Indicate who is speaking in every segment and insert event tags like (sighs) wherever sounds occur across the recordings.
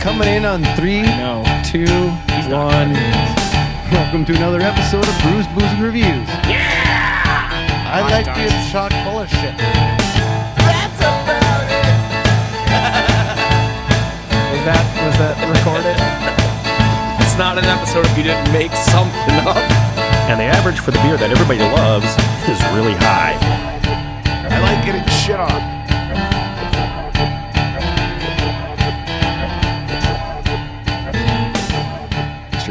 Speaker 1: Coming in on three,
Speaker 2: No.
Speaker 1: two,
Speaker 2: not
Speaker 1: one. Welcome to another episode of Brews, Booze, and Reviews. Yeah! I like
Speaker 2: dogs.
Speaker 1: being chock full of shit.
Speaker 3: Was that was that recorded?
Speaker 2: It's not an episode if you didn't make something up.
Speaker 4: and the average for the beer that everybody loves is really high.
Speaker 3: I like getting shit on.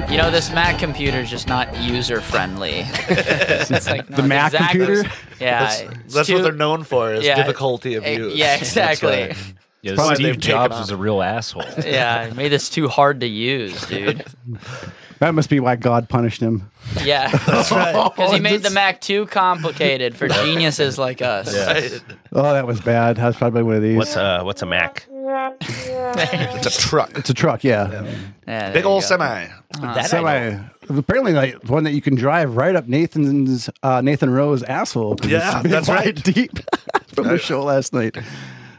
Speaker 5: You know, this Mac computer is just not user friendly. it's like
Speaker 1: The Mac computer?
Speaker 5: Yeah.
Speaker 6: That's,
Speaker 5: it's
Speaker 6: that's what
Speaker 5: too-
Speaker 6: they're known for is
Speaker 5: yeah,
Speaker 6: difficulty of
Speaker 5: eh,
Speaker 6: use.
Speaker 5: Yeah,
Speaker 6: That's
Speaker 5: exactly.
Speaker 6: right.
Speaker 4: Yeah,
Speaker 6: probably they
Speaker 4: Steve
Speaker 6: pick
Speaker 4: Jobs
Speaker 6: them
Speaker 4: was a real asshole.
Speaker 5: yeah, it made this too hard to use, dude.
Speaker 1: That must be why God punished him.
Speaker 5: Yeah. That's (laughs) right. Because he made the
Speaker 1: this-
Speaker 5: Mac too complicated for geniuses like us.
Speaker 6: (laughs)
Speaker 1: Oh, that was bad. That was probably one of these.
Speaker 4: What's a what's a Mac?
Speaker 6: It's a truck.
Speaker 1: it's a truck, yeah.
Speaker 5: Yeah, there
Speaker 6: Big
Speaker 5: you
Speaker 6: old
Speaker 5: go. Uh-huh.
Speaker 6: semi.
Speaker 1: Semi. Apparently, like one that you can drive right up Nathan's uh, Nathan Rowe's asshole. 'cause (laughs)
Speaker 6: Yeah,
Speaker 1: it's been
Speaker 6: that's
Speaker 1: wide
Speaker 6: right.
Speaker 1: Deep from the show last night.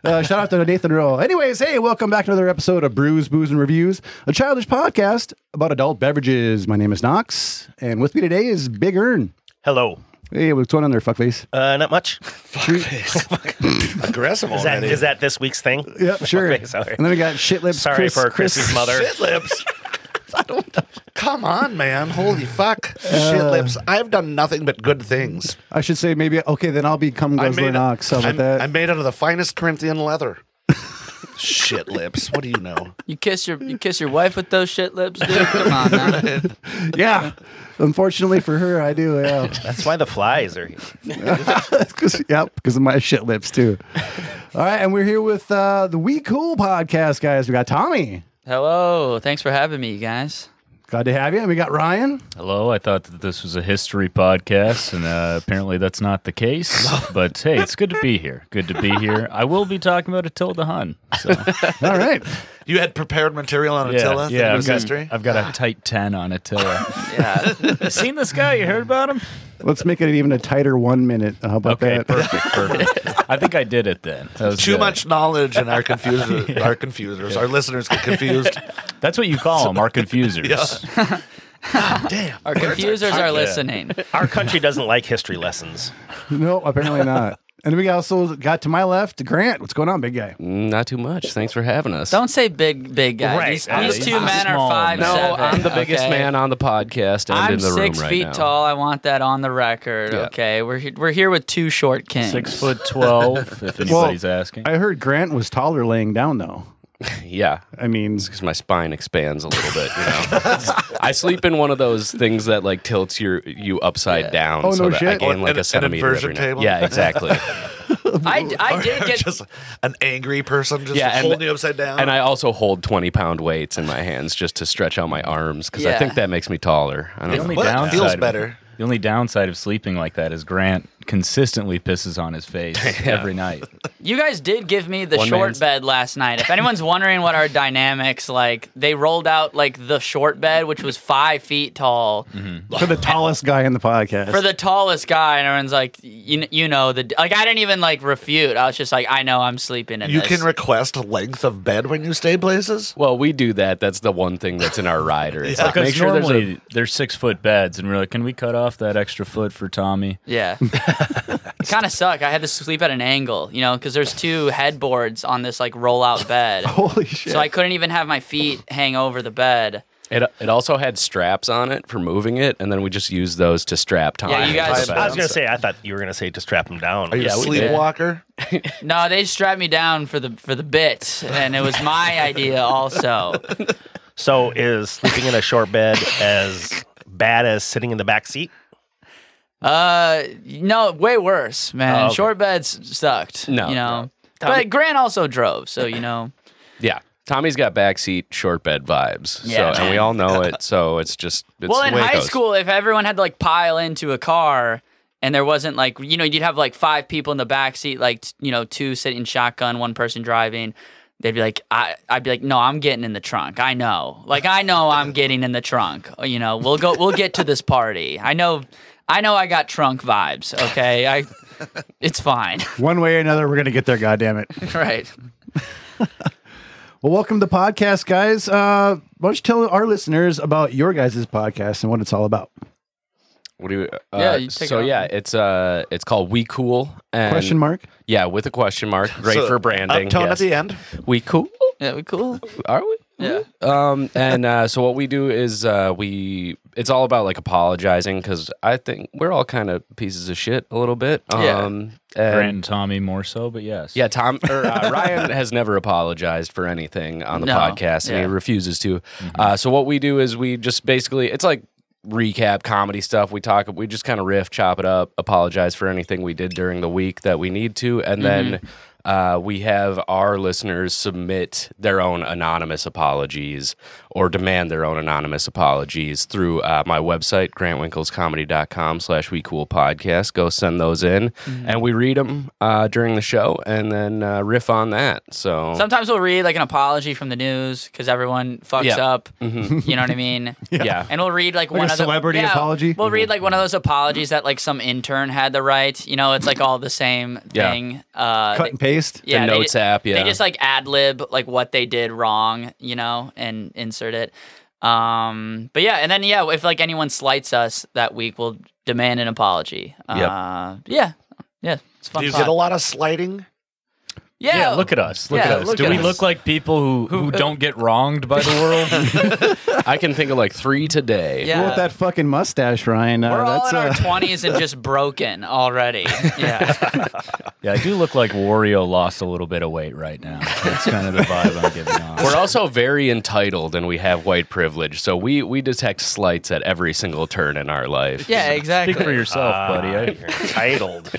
Speaker 1: Uh, shout out to Nathan Rowe. Anyways, hey, welcome back to another episode of Brews, Booze, and Reviews, a childish podcast about adult beverages. My name is Knox, and with me today is Big Earn.
Speaker 4: Hello.
Speaker 1: Hey, what's going on there,
Speaker 6: (laughs)
Speaker 1: fuckface?
Speaker 4: Uh, not much. (laughs)
Speaker 6: Aggressive
Speaker 4: Is that
Speaker 6: already.
Speaker 4: is that this week's thing? (laughs)
Speaker 1: Yep, sure.
Speaker 4: Okay, sorry.
Speaker 1: And then we got shit lips.
Speaker 4: Sorry
Speaker 1: Chris,
Speaker 4: for
Speaker 1: Chris-
Speaker 4: Chris's mother.
Speaker 6: Shit lips. Come on, man. Holy fuck. Shit lips. I've done nothing but good things.
Speaker 1: I should say maybe okay. Then I'll become
Speaker 6: I'm
Speaker 1: Guzzler
Speaker 6: made,
Speaker 1: Knox. How about
Speaker 6: I'm-
Speaker 1: that?
Speaker 6: I'm made out of the finest Corinthian leather. Shit lips. What do you know?
Speaker 5: You kiss your you kiss your wife with those shit lips, dude. Come on now.
Speaker 1: (laughs) yeah. Unfortunately for her, I do. Yeah.
Speaker 4: That's why the flies are here.
Speaker 1: Cause, yep, because of my shit lips too. All right, and we're here with uh, the We Cool podcast guys. We got Tommy.
Speaker 5: Hello. Thanks for having me, you guys.
Speaker 1: Glad to have you. And we got Ryan.
Speaker 7: Hello, I thought that this was a history podcast, and uh, apparently that's not the case. But hey, it's good to be here. Good to
Speaker 6: (laughs)
Speaker 7: be here. I will be talking about Attila Hun. So,
Speaker 1: All right.
Speaker 6: You had prepared material on
Speaker 7: yeah,
Speaker 6: Attila?
Speaker 7: yeah,
Speaker 6: It
Speaker 7: I've
Speaker 6: was
Speaker 7: got,
Speaker 6: history?
Speaker 7: I've
Speaker 6: (laughs)
Speaker 7: got a tight ten on Attila.
Speaker 5: Yeah.
Speaker 7: You Seen this guy? You heard about him?
Speaker 1: Let's make it even a tighter one minute. How about
Speaker 7: Okay,
Speaker 1: that?
Speaker 7: perfect, perfect. I think I did it then. That was
Speaker 6: Too
Speaker 7: good.
Speaker 6: much knowledge and our confusers, our confusers, our listeners get confused.
Speaker 7: That's what you
Speaker 6: (laughs)
Speaker 7: call them, our confusers.
Speaker 6: Yeah. Damn.
Speaker 5: Our confusers are listening.
Speaker 4: Our country doesn't like history lessons.
Speaker 1: (laughs) No, apparently not. And we also got to my left, Grant. What's going on, big guy?
Speaker 8: Not too much. Thanks for having us.
Speaker 5: Don't say big, big guy.
Speaker 4: Right.
Speaker 5: These,
Speaker 4: Uh,
Speaker 5: these
Speaker 7: he's
Speaker 5: two
Speaker 7: a
Speaker 5: men are
Speaker 7: small
Speaker 5: five
Speaker 7: man.
Speaker 8: no,
Speaker 5: seven,
Speaker 8: I'm the biggest
Speaker 5: okay?
Speaker 8: man on the podcast and
Speaker 5: I'm
Speaker 8: in the
Speaker 5: six
Speaker 8: room right
Speaker 5: feet
Speaker 8: now.
Speaker 5: tall. I want that on the record.
Speaker 8: Yeah.
Speaker 5: Okay, we're he- we're here with two short kings.
Speaker 7: Six foot twelve, if anybody's asking.
Speaker 1: I heard Grant was taller laying down though.
Speaker 8: Yeah,
Speaker 1: I mean,
Speaker 8: because my spine expands a little bit. You
Speaker 5: (laughs)
Speaker 8: know, I sleep in one of those things that like tilts your you upside down,
Speaker 1: Oh, no
Speaker 8: so that I
Speaker 1: shit.
Speaker 8: gain like
Speaker 6: An- an
Speaker 8: a centimeter
Speaker 6: inversion
Speaker 8: every night.
Speaker 6: table? (laughs)
Speaker 8: Yeah, exactly.
Speaker 5: I, I
Speaker 8: (laughs)
Speaker 5: did get.
Speaker 6: just an angry person just
Speaker 8: Yeah, and-
Speaker 6: holding you upside down.
Speaker 8: and I also hold twenty pound weights in my hands just to stretch out my arms because
Speaker 5: Yeah.
Speaker 8: I think that makes me taller. I
Speaker 7: The
Speaker 8: don't
Speaker 7: only
Speaker 8: know.
Speaker 6: Well, that
Speaker 7: downside
Speaker 6: feels
Speaker 7: of-
Speaker 6: better.
Speaker 7: the only downside of sleeping like that is Grant consistently pisses on
Speaker 6: (laughs)
Speaker 7: his face every night.
Speaker 5: you guys did give me the
Speaker 8: One
Speaker 5: short
Speaker 8: man's-
Speaker 5: bed last night. If anyone's wondering what our dynamics like, they rolled out like the short bed, which was five feet tall,
Speaker 8: Mm-hmm.
Speaker 1: for the tallest guy in the podcast.
Speaker 5: for the tallest guy, and everyone's like, you you know the like. I didn't even like refute. I was just like, I know I'm sleeping in
Speaker 6: you
Speaker 5: this.
Speaker 6: can request length of bed when you stay places.
Speaker 8: Well, we do that. That's the one thing that's in our rider.
Speaker 6: (laughs)
Speaker 8: It's like
Speaker 7: Because
Speaker 8: make sure there's
Speaker 7: normally
Speaker 8: a
Speaker 7: there's six foot beds, and we're like, can we cut off that extra foot for Tommy?
Speaker 5: Yeah. it kind of suck. I had to sleep at an angle, you know, because there's two headboards on this like rollout bed.
Speaker 1: Holy shit!
Speaker 5: so I couldn't even have my feet hang over the bed.
Speaker 8: It, it also had straps on it for moving it, and then we just used those to strap Tommy.
Speaker 5: Yeah, you guys-
Speaker 4: I was gonna say I thought you were gonna say to strap them down.
Speaker 6: Are you
Speaker 4: yeah,
Speaker 6: a
Speaker 4: we-
Speaker 6: sleepwalker?
Speaker 5: No, they strapped me down for the for the bit, and it was my idea also.
Speaker 4: so is sleeping in a short bed as bad as sitting in the back seat?
Speaker 5: Uh, no, way worse, man.
Speaker 4: Oh, okay.
Speaker 5: Short beds sucked.
Speaker 8: No,
Speaker 5: you know.
Speaker 8: no.
Speaker 5: But Grant also drove, so you know.
Speaker 8: Yeah. Tommy's got backseat short bed vibes.
Speaker 5: Yeah,
Speaker 8: so, and we all know it. So it's just it's
Speaker 5: well,
Speaker 8: the
Speaker 5: in
Speaker 8: way it
Speaker 5: high
Speaker 8: goes.
Speaker 5: school, if everyone had to like pile into a car and there wasn't like, you know, you'd have like five people in the back seat, like, t- you know, two sitting shotgun, one person driving. They'd be like, I, I'd be like, no, I'm getting in the trunk. I know. Like, I know I'm getting in the trunk. You know, we'll go, we'll get to this party. I know, I know I got trunk vibes. Okay. I, it's fine. (laughs)
Speaker 1: One way or another, we're gonna get there. God damn it!
Speaker 5: right.
Speaker 1: Well, welcome to the podcast, guys. Uh, why don't you tell our listeners about your guys' podcast and what it's all about?
Speaker 8: What do you? Uh,
Speaker 5: Yeah, you take
Speaker 8: so
Speaker 5: it off.
Speaker 8: yeah, it's uh, it's called We Cool. And
Speaker 1: Question mark?
Speaker 8: Yeah, with a question mark.
Speaker 5: (laughs)
Speaker 8: Great
Speaker 6: So,
Speaker 8: for branding.
Speaker 6: Uptone
Speaker 8: yes.
Speaker 6: at the end.
Speaker 8: We cool.
Speaker 5: Yeah, we cool.
Speaker 8: Are we?
Speaker 5: Yeah.
Speaker 8: Um, and uh, so what we do is uh, we it's all about like apologizing because I think we're all kind of pieces of shit a little bit.
Speaker 5: Yeah.
Speaker 8: Um,
Speaker 7: Grant
Speaker 8: and
Speaker 7: and Tommy more so, but yes.
Speaker 8: yeah, Tom or uh, Ryan (laughs) has never apologized for anything on the
Speaker 5: No.
Speaker 8: podcast, and
Speaker 5: Yeah.
Speaker 8: he refuses to. Uh, so what we do is we just basically it's like recap comedy stuff. We talk, we just kind of riff, chop it up, apologize for anything we did during the week that we need to, and then. Uh, we have our listeners submit their own anonymous apologies or demand their own anonymous apologies through uh, my website grantwinklescomedy.com slash we cool podcast go send those in and we read them uh, during the show and then uh, riff on that so
Speaker 5: Sometimes we'll read like an apology from the news because everyone fucks
Speaker 8: Yeah. Mm-hmm.
Speaker 5: up. You know what I mean?
Speaker 8: yeah
Speaker 5: And we'll read like, one
Speaker 1: a
Speaker 5: of the-
Speaker 1: celebrity
Speaker 5: yeah,
Speaker 1: apology?
Speaker 5: We'll read like one of those apologies that like some intern had the right. You know, it's like all the same
Speaker 8: Yeah.
Speaker 5: thing. Uh,
Speaker 1: Cut and paste?
Speaker 5: yeah, they
Speaker 8: notes
Speaker 5: ju-
Speaker 8: app, yeah.
Speaker 5: They just like ad lib like what they did wrong, you know, and insert it. Um, but yeah, and then yeah, if like anyone slights us that week, we'll demand an apology. Uh, yeah, yeah, it's a fun.
Speaker 6: Do you
Speaker 5: pod.
Speaker 6: get a lot of sliding?
Speaker 5: yeah,
Speaker 7: Yeah, look at us. Look
Speaker 5: Yeah,
Speaker 7: at us.
Speaker 5: look
Speaker 7: Do
Speaker 5: at
Speaker 7: we
Speaker 5: us.
Speaker 7: look like people who, who don't get wronged by the world?
Speaker 8: i can think of like three today
Speaker 5: yeah.
Speaker 1: Well, with that fucking mustache, Ryan. Uh,
Speaker 5: We're all
Speaker 1: that's
Speaker 5: in our
Speaker 1: uh,
Speaker 5: twenties and just
Speaker 1: (laughs)
Speaker 5: broken already. Yeah,
Speaker 7: yeah, I do look like Wario lost a little bit of weight right now. That's kind of the vibe I'm giving off.
Speaker 8: We're also very entitled and we have white privilege. So we, we detect slights at every single turn in our life.
Speaker 5: yeah, exactly.
Speaker 7: Speak for yourself,
Speaker 4: uh,
Speaker 7: buddy. I-
Speaker 4: You're entitled.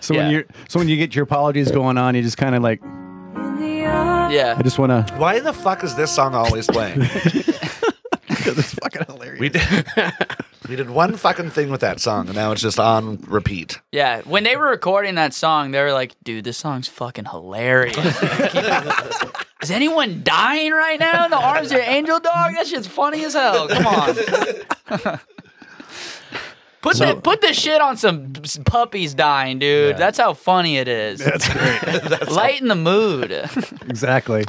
Speaker 1: so
Speaker 8: yeah.
Speaker 1: when you so when you get your apologies going on, you just kind of like
Speaker 5: Yeah,
Speaker 1: I just want to.
Speaker 6: Why the fuck is this song always playing?
Speaker 1: It's fucking hilarious.
Speaker 6: we did. We did one fucking thing with that song, and now it's just on repeat.
Speaker 5: yeah. When they were recording that song, they were like, "Dude, this song's fucking hilarious." Is anyone dying right now in the arms of your angel dog? That shit's funny as hell. Come on. Put that put the shit on some s- puppies dying, dude. That's how funny it is. That's (laughs) great. Lighten the mood.
Speaker 1: exactly.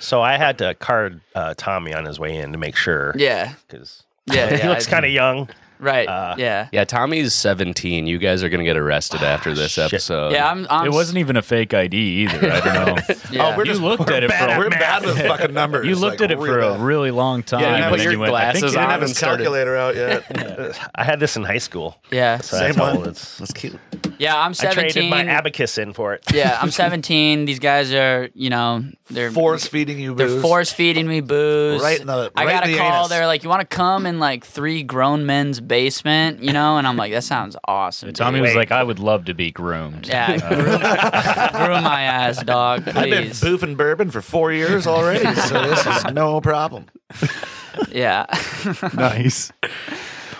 Speaker 4: so I had to card uh, Tommy on his way in to make sure.
Speaker 5: yeah.
Speaker 4: Because
Speaker 5: Yeah.
Speaker 4: (laughs) he
Speaker 5: yeah.
Speaker 4: looks kind of young.
Speaker 5: right. yeah.
Speaker 8: (laughs) Yeah, Tommy's 17. You guys are going to get arrested
Speaker 6: Ah,
Speaker 8: after this episode.
Speaker 5: Yeah, I'm, I'm
Speaker 7: It wasn't even a fake ID either. I don't know.
Speaker 5: Yeah.
Speaker 7: you looked at it for
Speaker 6: We're
Speaker 7: a,
Speaker 6: bad with fucking numbers.
Speaker 7: you looked
Speaker 6: like,
Speaker 7: at it for
Speaker 6: real
Speaker 7: a
Speaker 6: bad.
Speaker 7: really long time.
Speaker 8: Yeah, you
Speaker 7: and
Speaker 8: put
Speaker 7: then
Speaker 8: your
Speaker 7: you went, I think
Speaker 8: glasses
Speaker 7: you-
Speaker 8: on.
Speaker 6: Didn't have his
Speaker 8: and started-
Speaker 6: calculator out yet.
Speaker 4: I had this in high school.
Speaker 5: yeah.
Speaker 4: So
Speaker 6: Same
Speaker 4: that's how
Speaker 6: one.
Speaker 4: old it's-
Speaker 6: (laughs) That's cute.
Speaker 5: Yeah, I'm
Speaker 4: I traded
Speaker 5: 17.
Speaker 4: my abacus in for it.
Speaker 5: yeah, I'm 17. These guys are, you know, they're
Speaker 6: Force feeding you
Speaker 5: They're
Speaker 6: booze.
Speaker 5: force feeding me booze.
Speaker 6: Right in the-
Speaker 5: I
Speaker 6: right
Speaker 5: got
Speaker 6: in
Speaker 5: a
Speaker 6: the
Speaker 5: call.
Speaker 6: anus.
Speaker 5: They're like, "You want to come in like three grown men's basement?" You know, and I'm like, "That sounds awesome." dude."
Speaker 7: Tommy was like, I would love to be groomed.
Speaker 5: "Yeah, groom, groom my ass, dog,
Speaker 6: I've been
Speaker 5: please."
Speaker 6: boofing bourbon for four years already, so this is no problem.
Speaker 5: Yeah, (laughs)
Speaker 1: nice.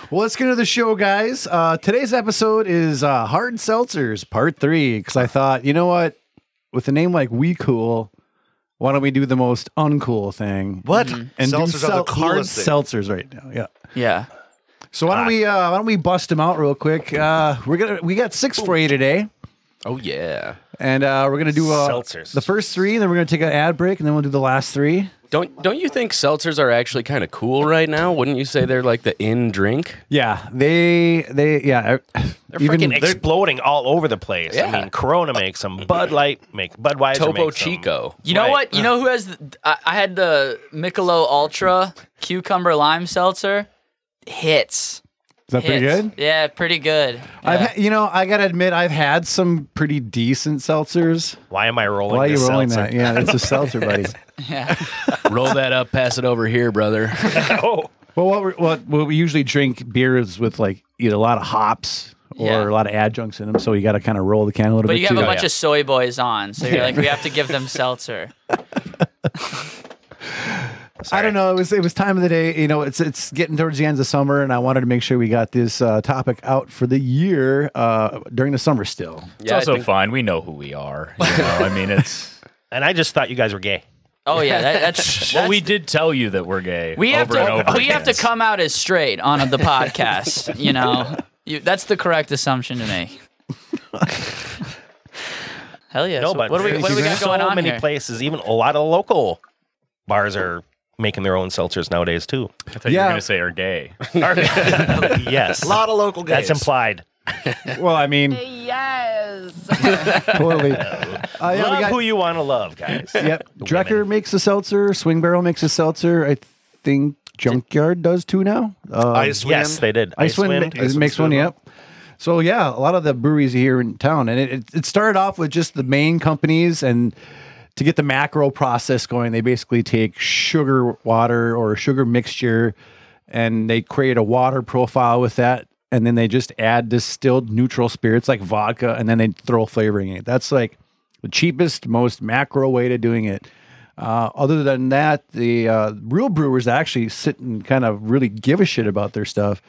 Speaker 1: Well, let's get into the show, guys. Uh, today's episode is uh, Hard Seltzers Part Three because I thought, you know what, with a name like We Cool, why don't we do the most uncool thing
Speaker 6: What?
Speaker 1: and do
Speaker 6: Seltzers are the
Speaker 1: sel- hard
Speaker 6: coolest thing.
Speaker 1: seltzers right now? Yeah.
Speaker 5: yeah.
Speaker 1: So why don't we uh, why don't we bust them out real quick? Uh, we're gonna we got six for you today,
Speaker 8: Oh, yeah.
Speaker 1: and uh, we're gonna do uh,
Speaker 4: Seltzers.
Speaker 1: the first three, and then we're gonna take an ad break, and then we'll do the last three.
Speaker 8: Don't, don't you think seltzers are actually kind of cool right now? Wouldn't you say they're like the in drink?
Speaker 1: Yeah, they they yeah. e-
Speaker 4: They're freaking exploding all over the place. I
Speaker 8: Yeah.
Speaker 4: mean, Corona makes them. Bud Light make Budweiser.
Speaker 8: Topo
Speaker 4: makes 'em.
Speaker 8: Chico.
Speaker 5: You know
Speaker 4: Right.
Speaker 5: what? You know who has? The, I, I had the Michelob Ultra cucumber lime seltzer. Hits.
Speaker 1: is that pretty
Speaker 5: Hits.
Speaker 1: good?
Speaker 5: Yeah, pretty good.
Speaker 1: I've
Speaker 5: Yeah.
Speaker 1: ha- you know I gotta admit I've had some pretty decent seltzers.
Speaker 4: Why am I rolling?
Speaker 1: Why are
Speaker 4: this
Speaker 1: you rolling
Speaker 4: seltzer?
Speaker 1: that? Yeah, it's a seltzer,
Speaker 5: (laughs)
Speaker 1: buddy.
Speaker 8: Roll that up, pass it over here, brother.
Speaker 4: oh,
Speaker 1: Well, what we what, what we usually drink beers with like either a lot of hops or
Speaker 5: Yeah.
Speaker 1: a lot of adjuncts in them, so you got to kind of roll the can a little
Speaker 5: But
Speaker 1: bit.
Speaker 5: you have
Speaker 1: too. Oh,
Speaker 5: a bunch of soy boys on, so you're like, we have to give them seltzer.
Speaker 1: I don't know. It was it was time of the day. You know, it's it's getting towards the end of summer, and I wanted to make sure we got this uh, topic out for the year uh, during the summer still.
Speaker 7: It's
Speaker 8: Yeah, I
Speaker 7: also
Speaker 8: think-
Speaker 7: fine. We know who we are. You know?
Speaker 5: (laughs)
Speaker 7: I mean, it's.
Speaker 4: and I just thought you guys were gay.
Speaker 5: Oh yeah, that, that's,
Speaker 7: (laughs) Well,
Speaker 5: that's
Speaker 7: we did tell you that we're gay.
Speaker 5: We have
Speaker 7: over and
Speaker 5: to
Speaker 7: over
Speaker 5: we have to
Speaker 7: again.
Speaker 5: come out as straight on
Speaker 4: (laughs)
Speaker 5: the podcast. You know, you, that's the correct assumption to make. Hell yeah.
Speaker 4: No,
Speaker 5: So
Speaker 4: but
Speaker 5: what do we
Speaker 4: there's
Speaker 5: what do we got
Speaker 4: so
Speaker 5: going on
Speaker 4: many
Speaker 5: here?
Speaker 4: places, even a lot of local bars are making their own seltzers
Speaker 1: (laughs)
Speaker 4: nowadays too.
Speaker 7: I thought you
Speaker 1: Yeah.
Speaker 7: were gonna say are gay.
Speaker 4: yes,
Speaker 6: A lot of local guys.
Speaker 4: that's implied.
Speaker 1: Well, I mean, (laughs) totally. Uh, yeah, we
Speaker 4: love
Speaker 1: got-
Speaker 4: who you want to love,
Speaker 1: (laughs)
Speaker 4: guys.
Speaker 1: yep. Drecker makes a seltzer. Swing Barrel makes a seltzer. I think Junkyard does too now. Uh,
Speaker 6: Icewind.
Speaker 4: yes, they did.
Speaker 1: Icewind, ma- makes one. Yep. So yeah, a lot of the breweries here in town, and it, it, it started off with just the main companies, and to get the macro process going, they basically take sugar water or sugar mixture, and they create a water profile with that, and then they just add distilled neutral spirits like vodka, and then they throw flavoring in it. That's like the cheapest, most macro way to doing it. Uh, other than that, the uh, real brewers that actually sit and kind of really give a shit about their stuff,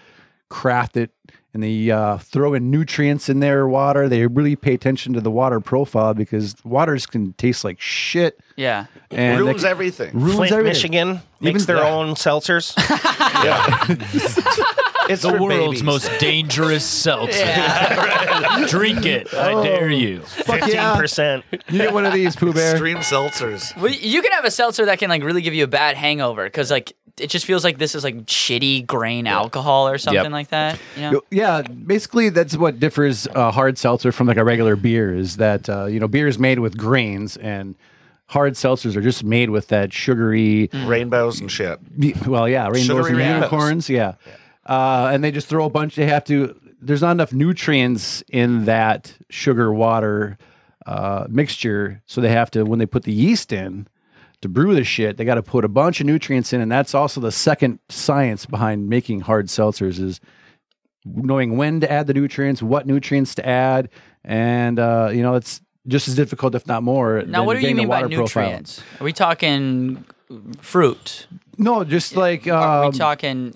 Speaker 1: craft it, and they uh, throw in nutrients in their water. They really pay attention to the water profile because waters can taste like shit
Speaker 5: Yeah.
Speaker 1: and they
Speaker 6: Ruins
Speaker 1: can-
Speaker 6: everything.
Speaker 1: ruins
Speaker 4: Flint,
Speaker 1: everything.
Speaker 4: Michigan makes their
Speaker 1: yeah. (laughs)
Speaker 4: own seltzers.
Speaker 6: It's
Speaker 7: The
Speaker 6: for
Speaker 7: world's
Speaker 6: babies.
Speaker 7: most dangerous (laughs) seltzer. Drink it. I dare you.
Speaker 1: Fuck
Speaker 4: Fifteen
Speaker 1: yeah. (laughs)
Speaker 4: percent.
Speaker 1: You get one of these, Pooh Bear.
Speaker 6: extreme seltzers.
Speaker 5: Well, you can have a seltzer that can like really give you a bad hangover because like it just feels like this is like shitty grain alcohol or something like that. You know?
Speaker 1: Yeah, basically that's what differs uh, hard seltzer from like a regular beer is that uh, you know beer is made with grains and hard seltzers are just made with that sugary.
Speaker 6: Rainbows and shit.
Speaker 1: Ye- Well, yeah, rainbows
Speaker 6: Sugary
Speaker 1: and
Speaker 6: rainbows.
Speaker 1: unicorns. Yeah, Uh, and they just throw a bunch. They have to. There's not enough nutrients in that sugar water uh, mixture, so they have to when they put the yeast in to brew the shit. They got to put a bunch of nutrients in, and that's also the second science behind making hard seltzers is knowing when to add the nutrients, what nutrients to add, and uh, you know it's just as difficult, if not more.
Speaker 5: Now,
Speaker 1: than
Speaker 5: what do you
Speaker 1: getting the
Speaker 5: mean by
Speaker 1: water profile.
Speaker 5: nutrients? Are we talking fruit?
Speaker 1: No, just like
Speaker 5: Are
Speaker 1: um,
Speaker 5: we talking?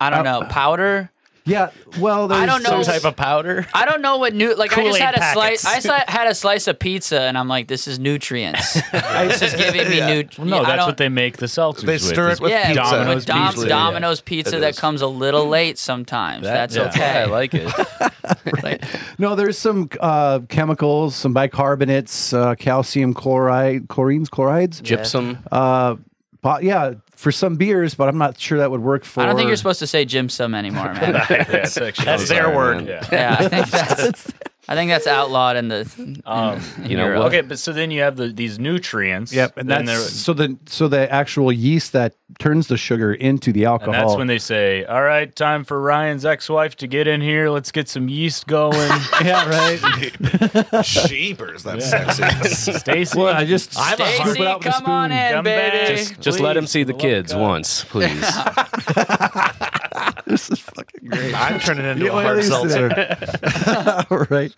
Speaker 5: I don't know powder.
Speaker 1: yeah. Well,
Speaker 5: I
Speaker 1: there's-
Speaker 5: don't know.
Speaker 1: there's-
Speaker 5: type of powder. I don't know what new. Like I just
Speaker 4: Kool-Aid
Speaker 5: had a slice. I
Speaker 4: packets.
Speaker 5: sli- had a slice of pizza, and I'm like, this is nutrients. this is giving me nutrients.
Speaker 7: Well, no, that's what they make the seltzers
Speaker 6: They
Speaker 7: with.
Speaker 6: stir it
Speaker 7: is (laughs)
Speaker 6: with
Speaker 5: Yeah,
Speaker 6: pizza.
Speaker 5: Domino's
Speaker 7: Domino's
Speaker 5: with Dom-
Speaker 7: pizza.
Speaker 5: Domino's pizza
Speaker 6: It
Speaker 5: that
Speaker 6: is.
Speaker 5: comes a little late sometimes. that's
Speaker 8: yeah.
Speaker 5: okay.
Speaker 8: I
Speaker 5: (laughs)
Speaker 8: like it.
Speaker 5: Right.
Speaker 1: No, there's some uh, chemicals, some bicarbonates, uh, calcium chloride, chlorines, chlorides.
Speaker 8: Gypsum.
Speaker 1: Uh, po- yeah, for some beers, but I'm not sure that would work for.
Speaker 5: I don't think you're supposed to say Jim Sum anymore,
Speaker 7: (laughs)
Speaker 5: man.
Speaker 7: Yeah, it's actually-
Speaker 4: That's their
Speaker 7: Sorry,
Speaker 4: word.
Speaker 7: man. Yeah.
Speaker 5: yeah, I think that's I think that's outlawed in the.
Speaker 7: Um,
Speaker 8: You know what?
Speaker 7: okay, but so then you have the, these nutrients.
Speaker 1: Yep, and
Speaker 7: then
Speaker 1: that's so the so the actual yeast that turns the sugar into the alcohol.
Speaker 7: And that's
Speaker 1: (laughs)
Speaker 7: when they say, "All right, time for Ryan's ex-wife to get in here. Let's get some yeast going."
Speaker 1: yeah, right.
Speaker 6: Jeepers, that's sexy.
Speaker 7: Stacy,
Speaker 1: well, I just
Speaker 5: I'm
Speaker 1: scoop it out with a
Speaker 5: come on
Speaker 1: spoon.
Speaker 5: in,
Speaker 7: Come back.
Speaker 5: baby.
Speaker 7: Just-
Speaker 8: Just let him
Speaker 7: Please,
Speaker 8: see the
Speaker 7: for
Speaker 8: kids
Speaker 7: love of God.
Speaker 5: (laughs)
Speaker 8: once, please.
Speaker 6: I'm turning into
Speaker 1: Yeah,
Speaker 6: a hard
Speaker 1: well, at least
Speaker 6: seltzer.
Speaker 1: they're-
Speaker 6: (laughs)
Speaker 1: All (laughs) right.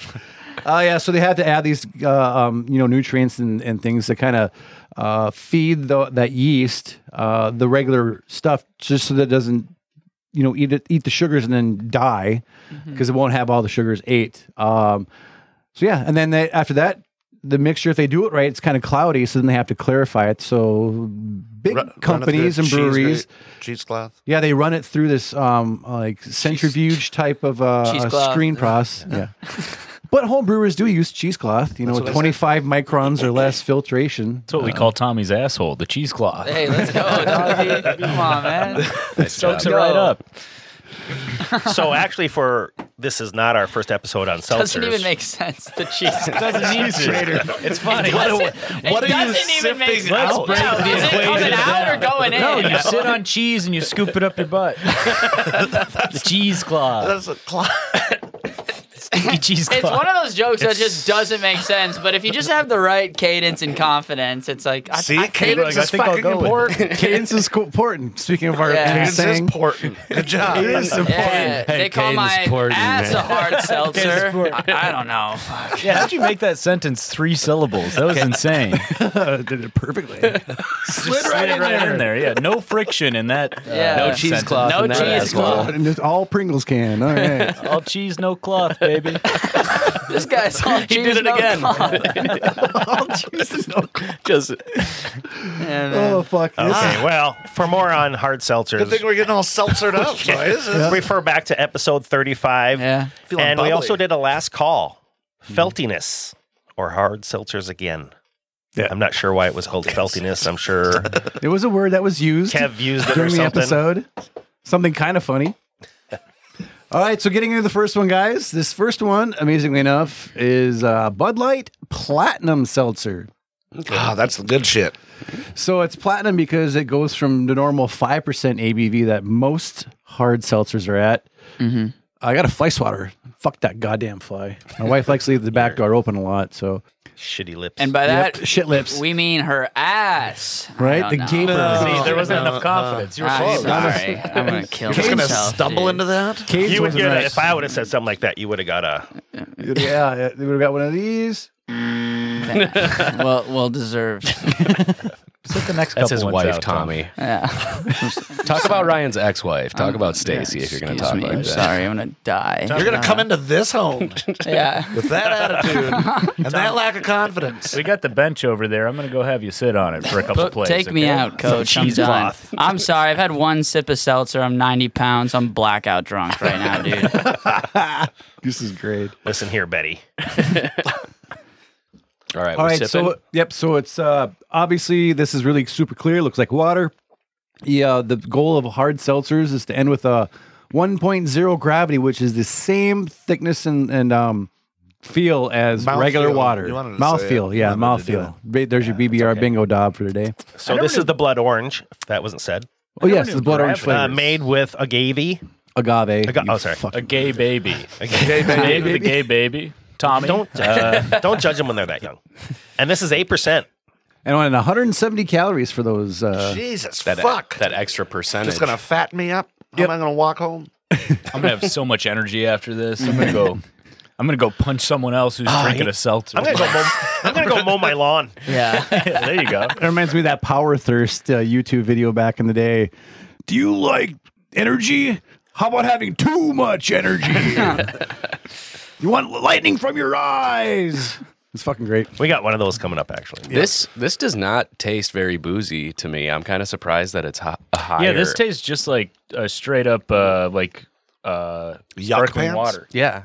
Speaker 1: Oh yeah, so they had to add these, uh, um, you know, nutrients and, and things to kind of uh, feed the, that yeast uh, the regular stuff, just so that it doesn't, you know, eat it, eat the sugars and then die, because it won't have all the sugars ate. Um, so yeah, and then they, after that, the mixture, if they do it right, it's kind of cloudy, so then they have to clarify it. So big
Speaker 6: Run- run it
Speaker 1: companies and
Speaker 6: through a cheese
Speaker 1: breweries.
Speaker 6: grate- cheesecloth.
Speaker 1: Yeah, they run it through this um, uh, like centrifuge type of uh, uh,
Speaker 5: Cheesecloth.
Speaker 1: screen press. Yeah. But home brewers do use cheesecloth, you know, 25 microns or less filtration.
Speaker 7: that's what we call Tommy's asshole, the cheesecloth.
Speaker 5: Hey, let's go, doggy. Come on,
Speaker 7: (laughs)
Speaker 5: man.
Speaker 7: Soaks it
Speaker 5: job.
Speaker 7: right
Speaker 5: Yo.
Speaker 7: up.
Speaker 4: so actually, for this is not our first episode on seltzers.
Speaker 5: Doesn't even make sense. The cheese doesn't need
Speaker 7: It's funny.
Speaker 5: What it doesn't even make sense.
Speaker 7: Let's break
Speaker 5: No,
Speaker 7: the
Speaker 5: is it coming
Speaker 7: equation
Speaker 5: out or going in?
Speaker 7: No, you sit on cheese and you scoop it up your butt. the cheese claw.
Speaker 6: That's a cloth.
Speaker 7: Stinky cheese
Speaker 5: It's
Speaker 7: claw.
Speaker 5: one of those jokes that just doesn't make sense. But if you just have the right cadence and confidence, it's like I,
Speaker 6: (laughs) See,
Speaker 5: I think
Speaker 6: cadence
Speaker 7: I
Speaker 6: is
Speaker 7: think I'll
Speaker 6: fucking
Speaker 7: go with it.
Speaker 6: important.
Speaker 1: Cadence is co- important. Speaking of our
Speaker 5: Yeah.
Speaker 1: yeah.
Speaker 6: (laughs) Cadence is
Speaker 1: saying,
Speaker 6: important. Good job. (laughs)
Speaker 1: it is important.
Speaker 5: Yeah,
Speaker 8: Hey,
Speaker 5: they call
Speaker 8: Caden's
Speaker 5: my
Speaker 8: pouring,
Speaker 5: ass
Speaker 8: man.
Speaker 5: a hard seltzer.
Speaker 7: pouring.
Speaker 5: I, I don't know. Fuck.
Speaker 7: Yeah, how'd you make that sentence three syllables? That was insane.
Speaker 1: Did it perfectly.
Speaker 7: Slid right, in, there. Yeah, no friction in that.
Speaker 5: Yeah.
Speaker 7: uh,
Speaker 5: No
Speaker 7: sentence.
Speaker 8: cheesecloth
Speaker 5: No
Speaker 8: in that
Speaker 5: cheese
Speaker 8: asshole.
Speaker 5: cloth.
Speaker 1: and it's all Pringles can. All right.
Speaker 7: All cheese, no cloth, baby.
Speaker 5: This guy's all cheese.
Speaker 7: did it
Speaker 5: no
Speaker 7: again.
Speaker 5: cloth.
Speaker 7: (laughs)
Speaker 8: Just
Speaker 5: (laughs) Yeah, man.
Speaker 1: (laughs) Oh, fuck. This-
Speaker 4: Okay, well, for more on hard
Speaker 6: Good thing
Speaker 4: seltzers,
Speaker 6: we're getting all seltzered up, boys.
Speaker 4: refer back to episode 35.
Speaker 5: Yeah. Mm-hmm.
Speaker 4: And
Speaker 6: bubbly.
Speaker 4: we also did a last call, feltiness, or hard seltzers again.
Speaker 1: Yeah.
Speaker 4: I'm not sure why it was called feltiness. I'm sure
Speaker 1: It was a word that was used
Speaker 4: Kev used it or
Speaker 1: during the
Speaker 4: something.
Speaker 1: episode. Something kind of
Speaker 4: (laughs)
Speaker 1: funny. All right, so getting into the first one, guys. This first one, amazingly enough, is uh, Bud Light Platinum Seltzer.
Speaker 6: Ah, that's the good shit.
Speaker 1: So it's platinum because it goes from the normal 5% ABV that most hard seltzers are at. I got a fly swatter. Fuck that goddamn fly. My wife likes to leave the back door open a lot, so
Speaker 4: Shitty lips.
Speaker 5: And by
Speaker 1: Yep,
Speaker 5: that,
Speaker 1: shit lips.
Speaker 5: we mean her ass. I
Speaker 1: Right?
Speaker 5: don't
Speaker 1: The
Speaker 5: know.
Speaker 1: gaper.
Speaker 4: See,
Speaker 7: Oh.
Speaker 4: there wasn't enough confidence. You
Speaker 7: Ah,
Speaker 4: were
Speaker 5: I'm
Speaker 4: close.
Speaker 5: sorry.
Speaker 1: (laughs)
Speaker 5: I'm gonna kill
Speaker 6: Just gonna
Speaker 5: myself.
Speaker 6: stumble
Speaker 5: dude.
Speaker 6: into that.
Speaker 1: Cage
Speaker 4: You would
Speaker 1: wasn't
Speaker 4: get a,
Speaker 1: nice.
Speaker 4: if I would have said something like that, you would have got a.
Speaker 1: Yeah, yeah, they would have got one of these.
Speaker 5: well, well deserved.
Speaker 1: Set the next
Speaker 8: That's
Speaker 7: couple
Speaker 8: his
Speaker 7: ones
Speaker 8: wife,
Speaker 7: out, Tom.
Speaker 8: Tommy.
Speaker 5: Yeah.
Speaker 8: (laughs) Talk about Ryan's ex-wife. Talk about
Speaker 5: Yeah,
Speaker 8: Stacy if you're going to
Speaker 5: excuse
Speaker 8: talk
Speaker 5: me,
Speaker 8: like
Speaker 5: I'm
Speaker 8: that.
Speaker 5: sorry. I'm gonna die.
Speaker 6: You're gonna come into this home
Speaker 5: Yeah.
Speaker 6: with that attitude and that lack of confidence.
Speaker 7: We got the bench over there. I'm going to go have you sit on it for a couple
Speaker 5: Book-
Speaker 7: plays.
Speaker 5: take me
Speaker 7: okay?
Speaker 5: out, coach. I'm done.
Speaker 4: cheesecloth.
Speaker 5: (laughs) I'm sorry. I've had one sip of seltzer. I'm 90 pounds. I'm blackout drunk right now, dude.
Speaker 1: This is great.
Speaker 4: Listen here, Betty.
Speaker 8: All right,
Speaker 1: All
Speaker 8: we're
Speaker 1: right,
Speaker 8: sipping.
Speaker 1: so yep, so it's uh, obviously this is really super clear. Looks like water. Yeah, the goal of hard seltzers is to end with uh, a 1.0 gravity, which is the same thickness and and um, feel as
Speaker 6: Mouthfeel.
Speaker 1: regular water.
Speaker 6: You wanted to
Speaker 1: Mouthfeel,
Speaker 6: say it.
Speaker 1: yeah,
Speaker 6: You wanted to do
Speaker 1: mouthfeel. Ba- There's your BBR bingo dob for today.
Speaker 4: So this is the blood orange. if That wasn't said.
Speaker 1: Oh yes, the blood orange flavor,
Speaker 4: Uh, made with agave.
Speaker 1: agave.
Speaker 4: Aga-
Speaker 1: you
Speaker 4: oh, sorry.
Speaker 7: A
Speaker 1: fucking-
Speaker 7: gay baby.
Speaker 4: Agave.
Speaker 7: Dave (laughs) the gay baby. Tommy.
Speaker 4: Don't uh, don't judge them when they're that young. And this is eight percent.
Speaker 1: and on 170 calories for those. Uh,
Speaker 6: Jesus,
Speaker 8: that,
Speaker 6: fuck.
Speaker 8: that extra percentage.
Speaker 6: Just gonna fat me up. How am I gonna walk home?
Speaker 7: I'm going to have so much energy after this. I'm going to (laughs) go. I'm gonna go punch someone else who's drinking a seltzer.
Speaker 4: I'm gonna go. mow, I'm gonna go mow my lawn.
Speaker 5: Yeah.
Speaker 7: there you go.
Speaker 1: It reminds me of that Power Thirst uh, YouTube video back in the day. Do you like energy? How about having too much (laughs) energy? you want lightning from your eyes? It's fucking great.
Speaker 4: We got one of those coming up actually.
Speaker 8: This this does not taste very boozy to me. I'm kind of surprised that it's hi- a higher.
Speaker 7: Yeah, this tastes just like a straight up uh, like uh,
Speaker 6: Yuck
Speaker 7: sparkling
Speaker 6: pants?
Speaker 7: water.
Speaker 8: Yeah,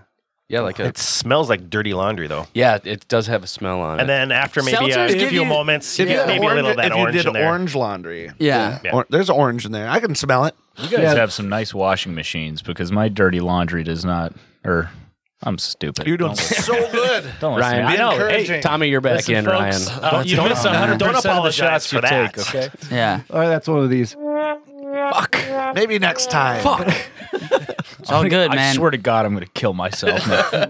Speaker 8: yeah, like a
Speaker 4: It smells like dirty laundry though.
Speaker 8: yeah. It does have a smell on
Speaker 4: And
Speaker 8: it.
Speaker 4: then after maybe a
Speaker 5: Seltzers
Speaker 4: few
Speaker 5: give you-
Speaker 4: moments, you get
Speaker 6: Yeah,
Speaker 4: maybe a little of that
Speaker 6: if you
Speaker 4: orange
Speaker 6: did
Speaker 4: in there.
Speaker 6: orange laundry.
Speaker 5: Yeah.
Speaker 4: Yeah.
Speaker 6: Or- there's orange in there. I can smell it.
Speaker 7: You guys have some nice washing machines because my dirty laundry does not. Or I'm stupid.
Speaker 6: You're doing
Speaker 7: Don't
Speaker 6: (laughs)
Speaker 7: listen-
Speaker 6: so good.
Speaker 7: Don't listen.
Speaker 8: Ryan,
Speaker 7: I
Speaker 8: be
Speaker 7: know.
Speaker 6: encouraging.
Speaker 7: Hey,
Speaker 8: Tommy, you're back
Speaker 7: listen,
Speaker 8: in,
Speaker 7: folks,
Speaker 8: Ryan.
Speaker 7: uh, you miss
Speaker 4: (laughs)
Speaker 7: 100
Speaker 4: don't
Speaker 7: percent of the
Speaker 4: apologize
Speaker 7: shots you
Speaker 4: for that.
Speaker 7: take. Okay.
Speaker 5: Yeah.
Speaker 1: All right, that's one of these.
Speaker 6: Maybe next time. Fuck.
Speaker 5: It's all good,
Speaker 7: I
Speaker 5: man.
Speaker 7: swear to God, I'm going to kill myself. now.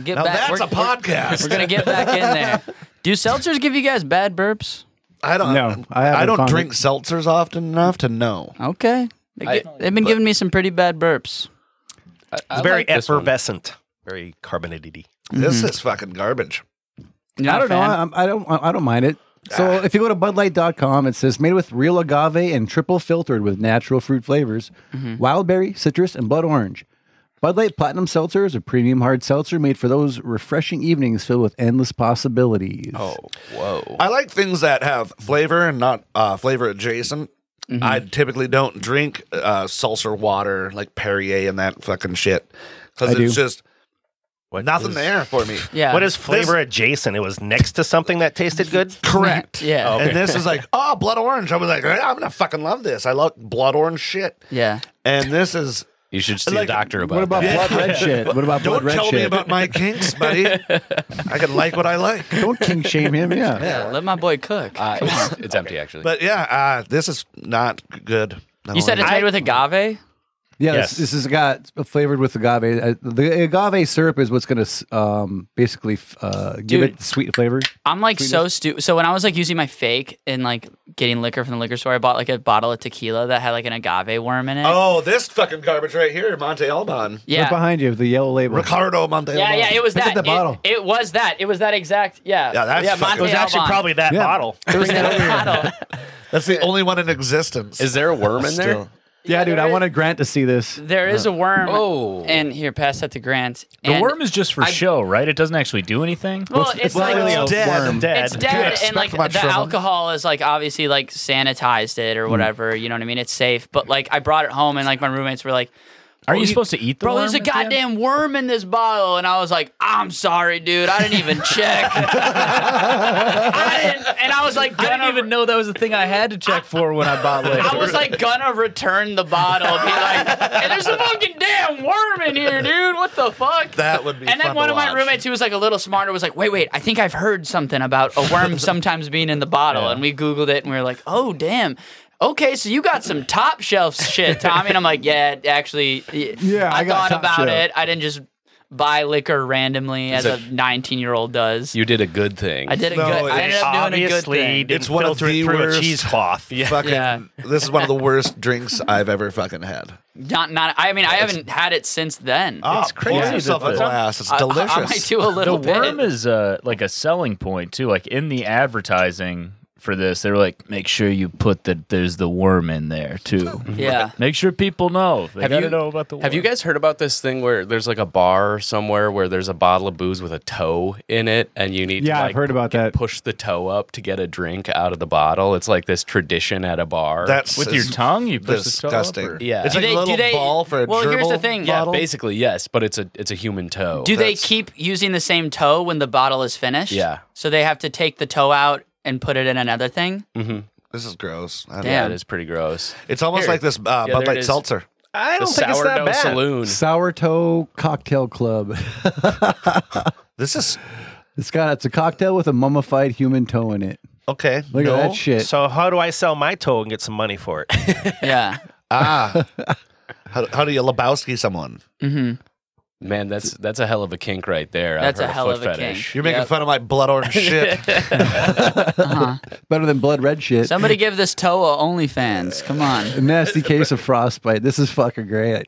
Speaker 5: Get
Speaker 6: Now
Speaker 5: back.
Speaker 6: that's
Speaker 5: we're,
Speaker 4: (laughs)
Speaker 6: a podcast.
Speaker 5: we're gonna get back in there. Do seltzers give you guys bad burps?
Speaker 6: I don't
Speaker 1: No, I haven't
Speaker 6: I, don't
Speaker 1: found
Speaker 6: drink
Speaker 1: it.
Speaker 6: seltzers often enough to know.
Speaker 5: Okay. They have been giving me some pretty bad burps.
Speaker 4: It's very effervescent, very carbonated.
Speaker 6: This is fucking garbage.
Speaker 5: You're
Speaker 1: I
Speaker 5: not
Speaker 1: don't
Speaker 5: a
Speaker 1: know.
Speaker 5: fan?
Speaker 1: I, I don't. I don't mind it. So if you go to BudLight.com, it says made with real agave and triple filtered with natural fruit flavors,
Speaker 5: Mm-hmm.
Speaker 1: wild berry, citrus, and blood orange. Bud Light Platinum Seltzer is a premium hard seltzer made for those refreshing evenings filled with endless possibilities. Oh,
Speaker 6: I like things that have flavor and not uh, flavor adjacent. I typically don't drink uh, seltzer water like Perrier and that fucking shit because
Speaker 1: I
Speaker 6: it's
Speaker 1: do.
Speaker 6: just nothing there for me.
Speaker 5: Yeah.
Speaker 4: What is flavor adjacent? It was next to something that tasted good.
Speaker 6: Correct.
Speaker 5: Yeah.
Speaker 6: And this is like, oh, blood orange. I was like, I'm gonna fucking love this. I love blood orange shit.
Speaker 5: Yeah.
Speaker 6: And this is
Speaker 8: you should see
Speaker 6: Like,
Speaker 8: a doctor about.
Speaker 1: what about (laughs)
Speaker 8: that.
Speaker 1: blood red shit? What about blood
Speaker 6: don't
Speaker 1: red
Speaker 6: tell
Speaker 1: shit?
Speaker 6: me about my kinks, buddy. I can like what I like.
Speaker 1: don't king shame him. (laughs) Yeah.
Speaker 5: Let my boy cook.
Speaker 8: Uh, it's, it's empty actually.
Speaker 6: But yeah, uh, this is not good.
Speaker 5: you said it's made with agave.
Speaker 1: Yeah,
Speaker 4: Yes.
Speaker 1: this, this has got flavored with agave. Uh, The agave syrup is what's going to um, basically f- uh, give
Speaker 5: Dude.
Speaker 1: it sweet flavor.
Speaker 5: I'm like so stupid. So when I was like using my fake and like getting liquor from the liquor store, I bought like a bottle of tequila that had like an agave worm in it.
Speaker 6: Oh, this fucking garbage right here, Monte Alban.
Speaker 1: Right
Speaker 5: yeah.
Speaker 1: behind you, the yellow label. (laughs)
Speaker 6: Ricardo Monte
Speaker 5: Yeah,
Speaker 6: Alban.
Speaker 5: yeah, it was
Speaker 1: Look
Speaker 5: that.
Speaker 1: at the
Speaker 5: It-
Speaker 1: bottle.
Speaker 5: It, was that. It was that exact. Yeah.
Speaker 6: Yeah, that's
Speaker 5: yeah,
Speaker 6: fucking-
Speaker 5: Monte
Speaker 4: It was actually
Speaker 5: (laughs) Alban.
Speaker 4: probably that
Speaker 1: Yeah.
Speaker 4: bottle.
Speaker 5: It was (laughs) that bottle.
Speaker 6: That's the only one in existence.
Speaker 8: Is there a worm in there?
Speaker 6: Still.
Speaker 1: yeah, dude,
Speaker 5: there
Speaker 1: I
Speaker 5: is-
Speaker 1: wanted Grant to see this.
Speaker 5: There is a worm.
Speaker 8: Oh.
Speaker 5: And here, pass that to Grant.
Speaker 7: The
Speaker 5: And-
Speaker 7: worm is just for
Speaker 5: I-
Speaker 7: show, right? It doesn't actually do anything.
Speaker 5: Well, it's, like
Speaker 1: It's
Speaker 4: dead,
Speaker 1: worm.
Speaker 4: dead.
Speaker 5: it's dead,
Speaker 6: expect
Speaker 5: and like
Speaker 6: much
Speaker 5: the
Speaker 6: from 'em.
Speaker 5: alcohol is like obviously like sanitized it or whatever. You know what I mean? It's safe, but like I brought it home and like my roommates were like,
Speaker 7: Aren't you supposed to eat the
Speaker 5: Bro,
Speaker 7: worm
Speaker 5: there's a
Speaker 7: at the end?
Speaker 5: goddamn worm in this bottle, and I was like, "I'm sorry, dude. I didn't even check." I didn't, and I was like,
Speaker 7: I
Speaker 5: gonna,
Speaker 7: didn't even know that was a thing I had to check for when (laughs) I bought liquor.
Speaker 5: I was like, gonna return the bottle, be like, "Hey, "There's a fucking damn worm in here, dude. What the fuck?"
Speaker 6: That would be
Speaker 5: And then
Speaker 6: fun
Speaker 5: one
Speaker 6: to
Speaker 5: of my
Speaker 6: watch.
Speaker 5: roommates who was like a little smarter was like, "Wait, wait. I think I've heard something about a
Speaker 6: (laughs)
Speaker 5: worm sometimes being in the bottle." And we googled it, and we were like, "Oh, damn." Okay, so you got some top shelf shit, Tommy. And I'm like, yeah, actually,
Speaker 1: Yeah, I
Speaker 5: I,
Speaker 1: got
Speaker 5: thought
Speaker 1: top
Speaker 5: about
Speaker 1: shelf.
Speaker 5: it. I didn't just buy liquor randomly as
Speaker 8: So-
Speaker 5: a 19 year old does.
Speaker 8: You did a good thing.
Speaker 5: I did a
Speaker 6: No,
Speaker 5: good. I
Speaker 6: it's
Speaker 5: ended up doing a good
Speaker 4: Obviously,
Speaker 5: thing.
Speaker 4: didn't
Speaker 6: It's one of
Speaker 4: filter it
Speaker 6: the
Speaker 4: through
Speaker 6: worst.
Speaker 4: a cheesecloth. Yeah.
Speaker 6: Fucking,
Speaker 5: Yeah.
Speaker 6: this is one of the worst drinks I've ever fucking had.
Speaker 5: Not, not. I mean, I haven't had it since then.
Speaker 6: it's
Speaker 4: crazy
Speaker 6: Pour yourself
Speaker 4: that
Speaker 6: a
Speaker 4: the-
Speaker 6: glass. It's
Speaker 5: I- I-
Speaker 6: delicious.
Speaker 5: I, might do (laughs) a
Speaker 7: the
Speaker 5: little bit.
Speaker 7: worm is uh, like a selling point too. Like in the advertising for this, they were like, make sure you put that there's the worm in there too.
Speaker 5: (laughs) Yeah.
Speaker 7: Make sure people know. They
Speaker 8: Have
Speaker 7: gotta
Speaker 8: you-
Speaker 7: know about the worm.
Speaker 8: Have you guys heard about this thing where there's like a bar somewhere where there's a bottle of booze with a toe in it, and you need
Speaker 1: Yeah,
Speaker 8: to
Speaker 1: I've
Speaker 8: like
Speaker 1: heard about that.
Speaker 8: get- Push the toe up to get a drink out of the bottle. It's like this tradition at a bar.
Speaker 6: That's
Speaker 7: with your
Speaker 6: it's
Speaker 7: tongue? You push
Speaker 6: disgusting.
Speaker 7: the toe up or-
Speaker 8: Yeah.
Speaker 6: it's
Speaker 8: Do
Speaker 6: like
Speaker 5: they-
Speaker 6: a
Speaker 5: do
Speaker 6: little
Speaker 5: they-
Speaker 6: ball for a
Speaker 5: well, here's
Speaker 6: gerbil
Speaker 5: the thing.
Speaker 8: yeah,
Speaker 6: bottle.
Speaker 8: basically yes, but it's a it's a human toe.
Speaker 5: Do they
Speaker 6: That's-
Speaker 5: keep using the same toe when the bottle is finished?
Speaker 8: Yeah.
Speaker 5: So they have to take the toe out and put it in another thing.
Speaker 6: This is gross. I don't
Speaker 5: Damn.
Speaker 6: know.
Speaker 8: yeah, it is pretty gross.
Speaker 6: It's almost
Speaker 8: Here.
Speaker 6: like this uh, Bud
Speaker 8: Yeah, there it
Speaker 6: Light
Speaker 8: is.
Speaker 6: seltzer.
Speaker 4: I don't
Speaker 8: The
Speaker 4: think it's that
Speaker 8: sourdough
Speaker 4: bad.
Speaker 8: saloon.
Speaker 1: Sour Toe Cocktail Club. (laughs)
Speaker 6: This is
Speaker 1: It's got it's a cocktail with a mummified human toe in it.
Speaker 6: okay.
Speaker 1: Look
Speaker 6: no.
Speaker 1: at that shit.
Speaker 4: So how do I sell my toe and get some money for it?
Speaker 5: Yeah.
Speaker 6: Ah.
Speaker 1: (laughs)
Speaker 6: How, how do you Lebowski someone?
Speaker 8: Man, that's that's a hell of a kink right there.
Speaker 5: That's
Speaker 8: I've
Speaker 5: a
Speaker 8: heard
Speaker 5: hell
Speaker 8: foot
Speaker 5: of a
Speaker 8: fetish.
Speaker 5: kink.
Speaker 6: You're making
Speaker 5: Yep.
Speaker 6: fun of my blood
Speaker 8: (laughs)
Speaker 6: orange shit.
Speaker 1: Better than blood red shit.
Speaker 5: (laughs) Somebody give this toe a OnlyFans. Come
Speaker 1: a
Speaker 5: on.
Speaker 1: nasty case of frostbite. This is fucking great.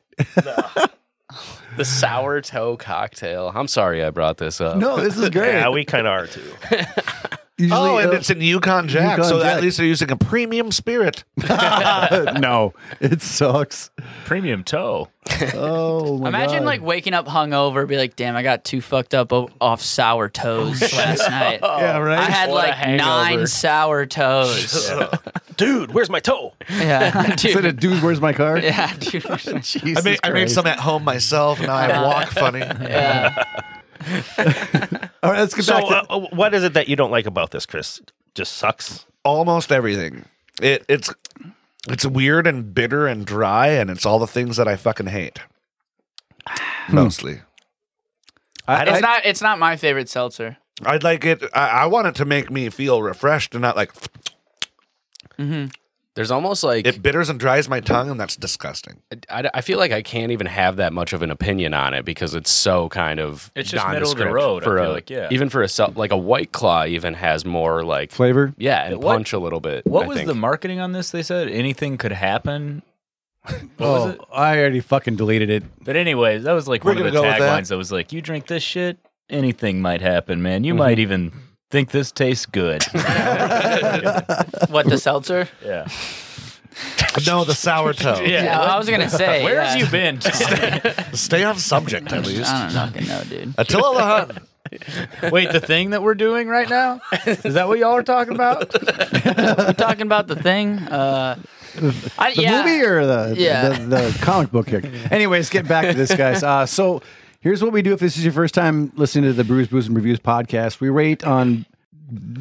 Speaker 8: The sour toe cocktail. I'm sorry I brought this up.
Speaker 1: No, this is great.
Speaker 4: yeah, we kind of are too.
Speaker 1: Usually,
Speaker 6: oh, and
Speaker 1: uh,
Speaker 6: it's in Yukon Jack,
Speaker 1: Yukon
Speaker 6: so
Speaker 1: Jack.
Speaker 6: at least they're using a
Speaker 1: (laughs)
Speaker 6: premium spirit. (laughs)
Speaker 1: no, it sucks.
Speaker 7: Premium toe.
Speaker 1: Oh, my
Speaker 5: Imagine
Speaker 1: God.
Speaker 5: like waking up hungover, be like, "Damn, I got too fucked up o- off sour toes last night.
Speaker 1: yeah, right.
Speaker 5: I had
Speaker 8: What a
Speaker 5: like
Speaker 8: hangover.
Speaker 5: nine
Speaker 4: (laughs)
Speaker 5: sour toes.
Speaker 4: Dude, where's my toe?
Speaker 5: yeah,
Speaker 1: Said a
Speaker 5: dude.
Speaker 1: dude, where's my (laughs) car?
Speaker 5: Yeah, dude.
Speaker 6: I made, I made some at home myself, and now
Speaker 8: (laughs)
Speaker 6: I walk funny.
Speaker 1: All right, let's get
Speaker 4: So
Speaker 1: back to
Speaker 4: uh, uh, what is it that you don't like about this, Chris? Just sucks.
Speaker 6: Almost everything. It, it's it's weird and bitter and dry, and it's all the things that I fucking hate.
Speaker 1: Hmm.
Speaker 6: Mostly,
Speaker 4: I,
Speaker 5: It's not. It's not my favorite seltzer.
Speaker 6: I'd like it. I, I want it to make me feel refreshed and not like
Speaker 8: There's almost like
Speaker 6: it bitters and dries my tongue, and that's disgusting.
Speaker 8: I, I feel like I can't even have that much of an opinion on it because it's so kind of
Speaker 7: It's just middle of the
Speaker 8: nondescript
Speaker 7: road, I
Speaker 8: For
Speaker 7: feel
Speaker 8: a,
Speaker 7: like, yeah.
Speaker 8: even for a sel- like a white claw even has more like
Speaker 1: flavor.
Speaker 8: yeah and
Speaker 7: What-
Speaker 8: punch a little bit.
Speaker 7: What
Speaker 8: I
Speaker 7: was
Speaker 8: think.
Speaker 7: the marketing on this? They said anything could happen.
Speaker 1: oh, I already fucking deleted it.
Speaker 7: But anyway, that was like
Speaker 6: We're
Speaker 7: one of the
Speaker 6: gonna go with that.
Speaker 7: taglines that was like, "You drink this shit, anything might happen, man. You might even think this tastes good."
Speaker 5: What the seltzer?
Speaker 7: yeah.
Speaker 6: No, the sour toe.
Speaker 5: Yeah, I was gonna say.
Speaker 7: Where have
Speaker 5: yeah.
Speaker 7: you been?
Speaker 5: (laughs)
Speaker 6: Stay on subject at least.
Speaker 5: I don't fucking know, dude.
Speaker 6: Attila the Hun.
Speaker 7: Wait, the thing that we're doing right now is that what y'all are talking about?
Speaker 5: We're talking about the thing. Uh, I,
Speaker 1: The
Speaker 5: yeah.
Speaker 1: movie or the,
Speaker 5: Yeah.
Speaker 1: the, the (laughs) comic book here. Anyways, get back to this, guys. Uh, so here's what we do if this is your first time listening to the Brews, Booze, and Reviews podcast. We rate on.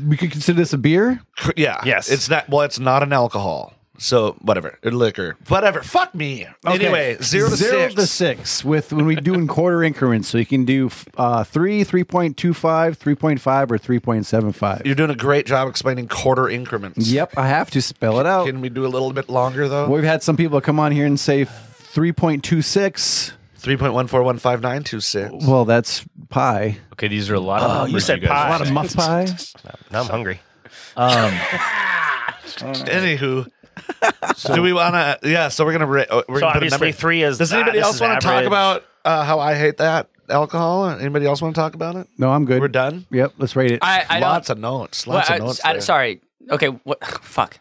Speaker 1: We could consider this a beer.
Speaker 6: Cr- Yeah.
Speaker 4: Yes.
Speaker 6: It's not well, it's not an alcohol. So whatever. Or liquor. Whatever. Fuck me.
Speaker 1: Okay.
Speaker 6: Anyway, zero to
Speaker 1: zero
Speaker 6: six.
Speaker 1: to six with when we do in quarter increments, so you can do f- uh, three, three point two five, three point five, or three point seven five.
Speaker 6: You're doing a great job explaining quarter increments.
Speaker 1: Yep, I have to spell it out.
Speaker 6: Can we do a little bit longer though?
Speaker 1: We've had some people come on here and say three point two six.
Speaker 6: Three point one four one five nine two six.
Speaker 1: Well, that's pie.
Speaker 7: Okay, these are a lot
Speaker 5: Oh,
Speaker 7: of. numbers
Speaker 4: you said
Speaker 7: guys
Speaker 4: pie.
Speaker 7: are
Speaker 1: A lot of
Speaker 7: saying.
Speaker 1: muff pie.
Speaker 4: Now I'm hungry.
Speaker 6: Anywho. do we wanna yeah, so we're gonna ra- uh, we're
Speaker 4: So
Speaker 6: gonna put a
Speaker 4: obviously
Speaker 6: number.
Speaker 4: three is.
Speaker 6: Does
Speaker 4: ah,
Speaker 6: anybody
Speaker 4: this
Speaker 6: else
Speaker 4: is
Speaker 6: want to talk
Speaker 4: average.
Speaker 6: about uh, how I hate that alcohol? Anybody else want to talk about it?
Speaker 1: No, I'm good.
Speaker 6: We're done?
Speaker 1: Yep, let's rate it.
Speaker 5: I, I
Speaker 6: lots
Speaker 5: don't.
Speaker 6: of notes.
Speaker 5: Well,
Speaker 6: Lots
Speaker 5: I-
Speaker 6: of notes.
Speaker 5: I-
Speaker 6: there.
Speaker 5: sorry. Okay. What? (sighs) Fuck.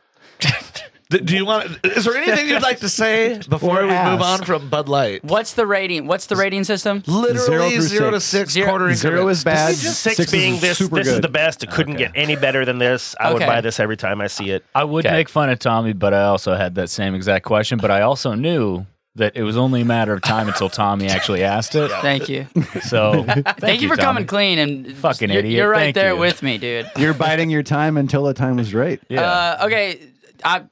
Speaker 6: D- Do you want? Is there anything you'd like to (laughs) say before
Speaker 1: Or
Speaker 6: we move
Speaker 1: ask.
Speaker 6: on from Bud Light?
Speaker 5: What's the rating? What's the rating system?
Speaker 1: Zero
Speaker 6: Literally
Speaker 1: through
Speaker 6: zero, to
Speaker 1: six.
Speaker 6: six quarter increments.
Speaker 1: Zero is bad.
Speaker 4: Six,
Speaker 1: is
Speaker 4: being this, this
Speaker 1: super
Speaker 4: is
Speaker 1: good.
Speaker 4: the best. It couldn't get any better than this. I would
Speaker 5: Okay.
Speaker 4: buy this every time I see it.
Speaker 7: I would
Speaker 8: Okay.
Speaker 7: make fun of Tommy, but I also had that same exact question. But I also knew that it was only a matter of time until Tommy actually asked it.
Speaker 5: Thank you.
Speaker 7: So thank,
Speaker 5: (laughs) Thank you for coming
Speaker 7: Tommy.
Speaker 5: clean and
Speaker 7: Fucking
Speaker 5: you're,
Speaker 7: idiot.
Speaker 5: You're right
Speaker 7: Thank
Speaker 5: there
Speaker 7: you.
Speaker 5: with me, dude.
Speaker 1: You're biding your time until the time was right.
Speaker 7: Yeah.
Speaker 5: Uh, okay, I,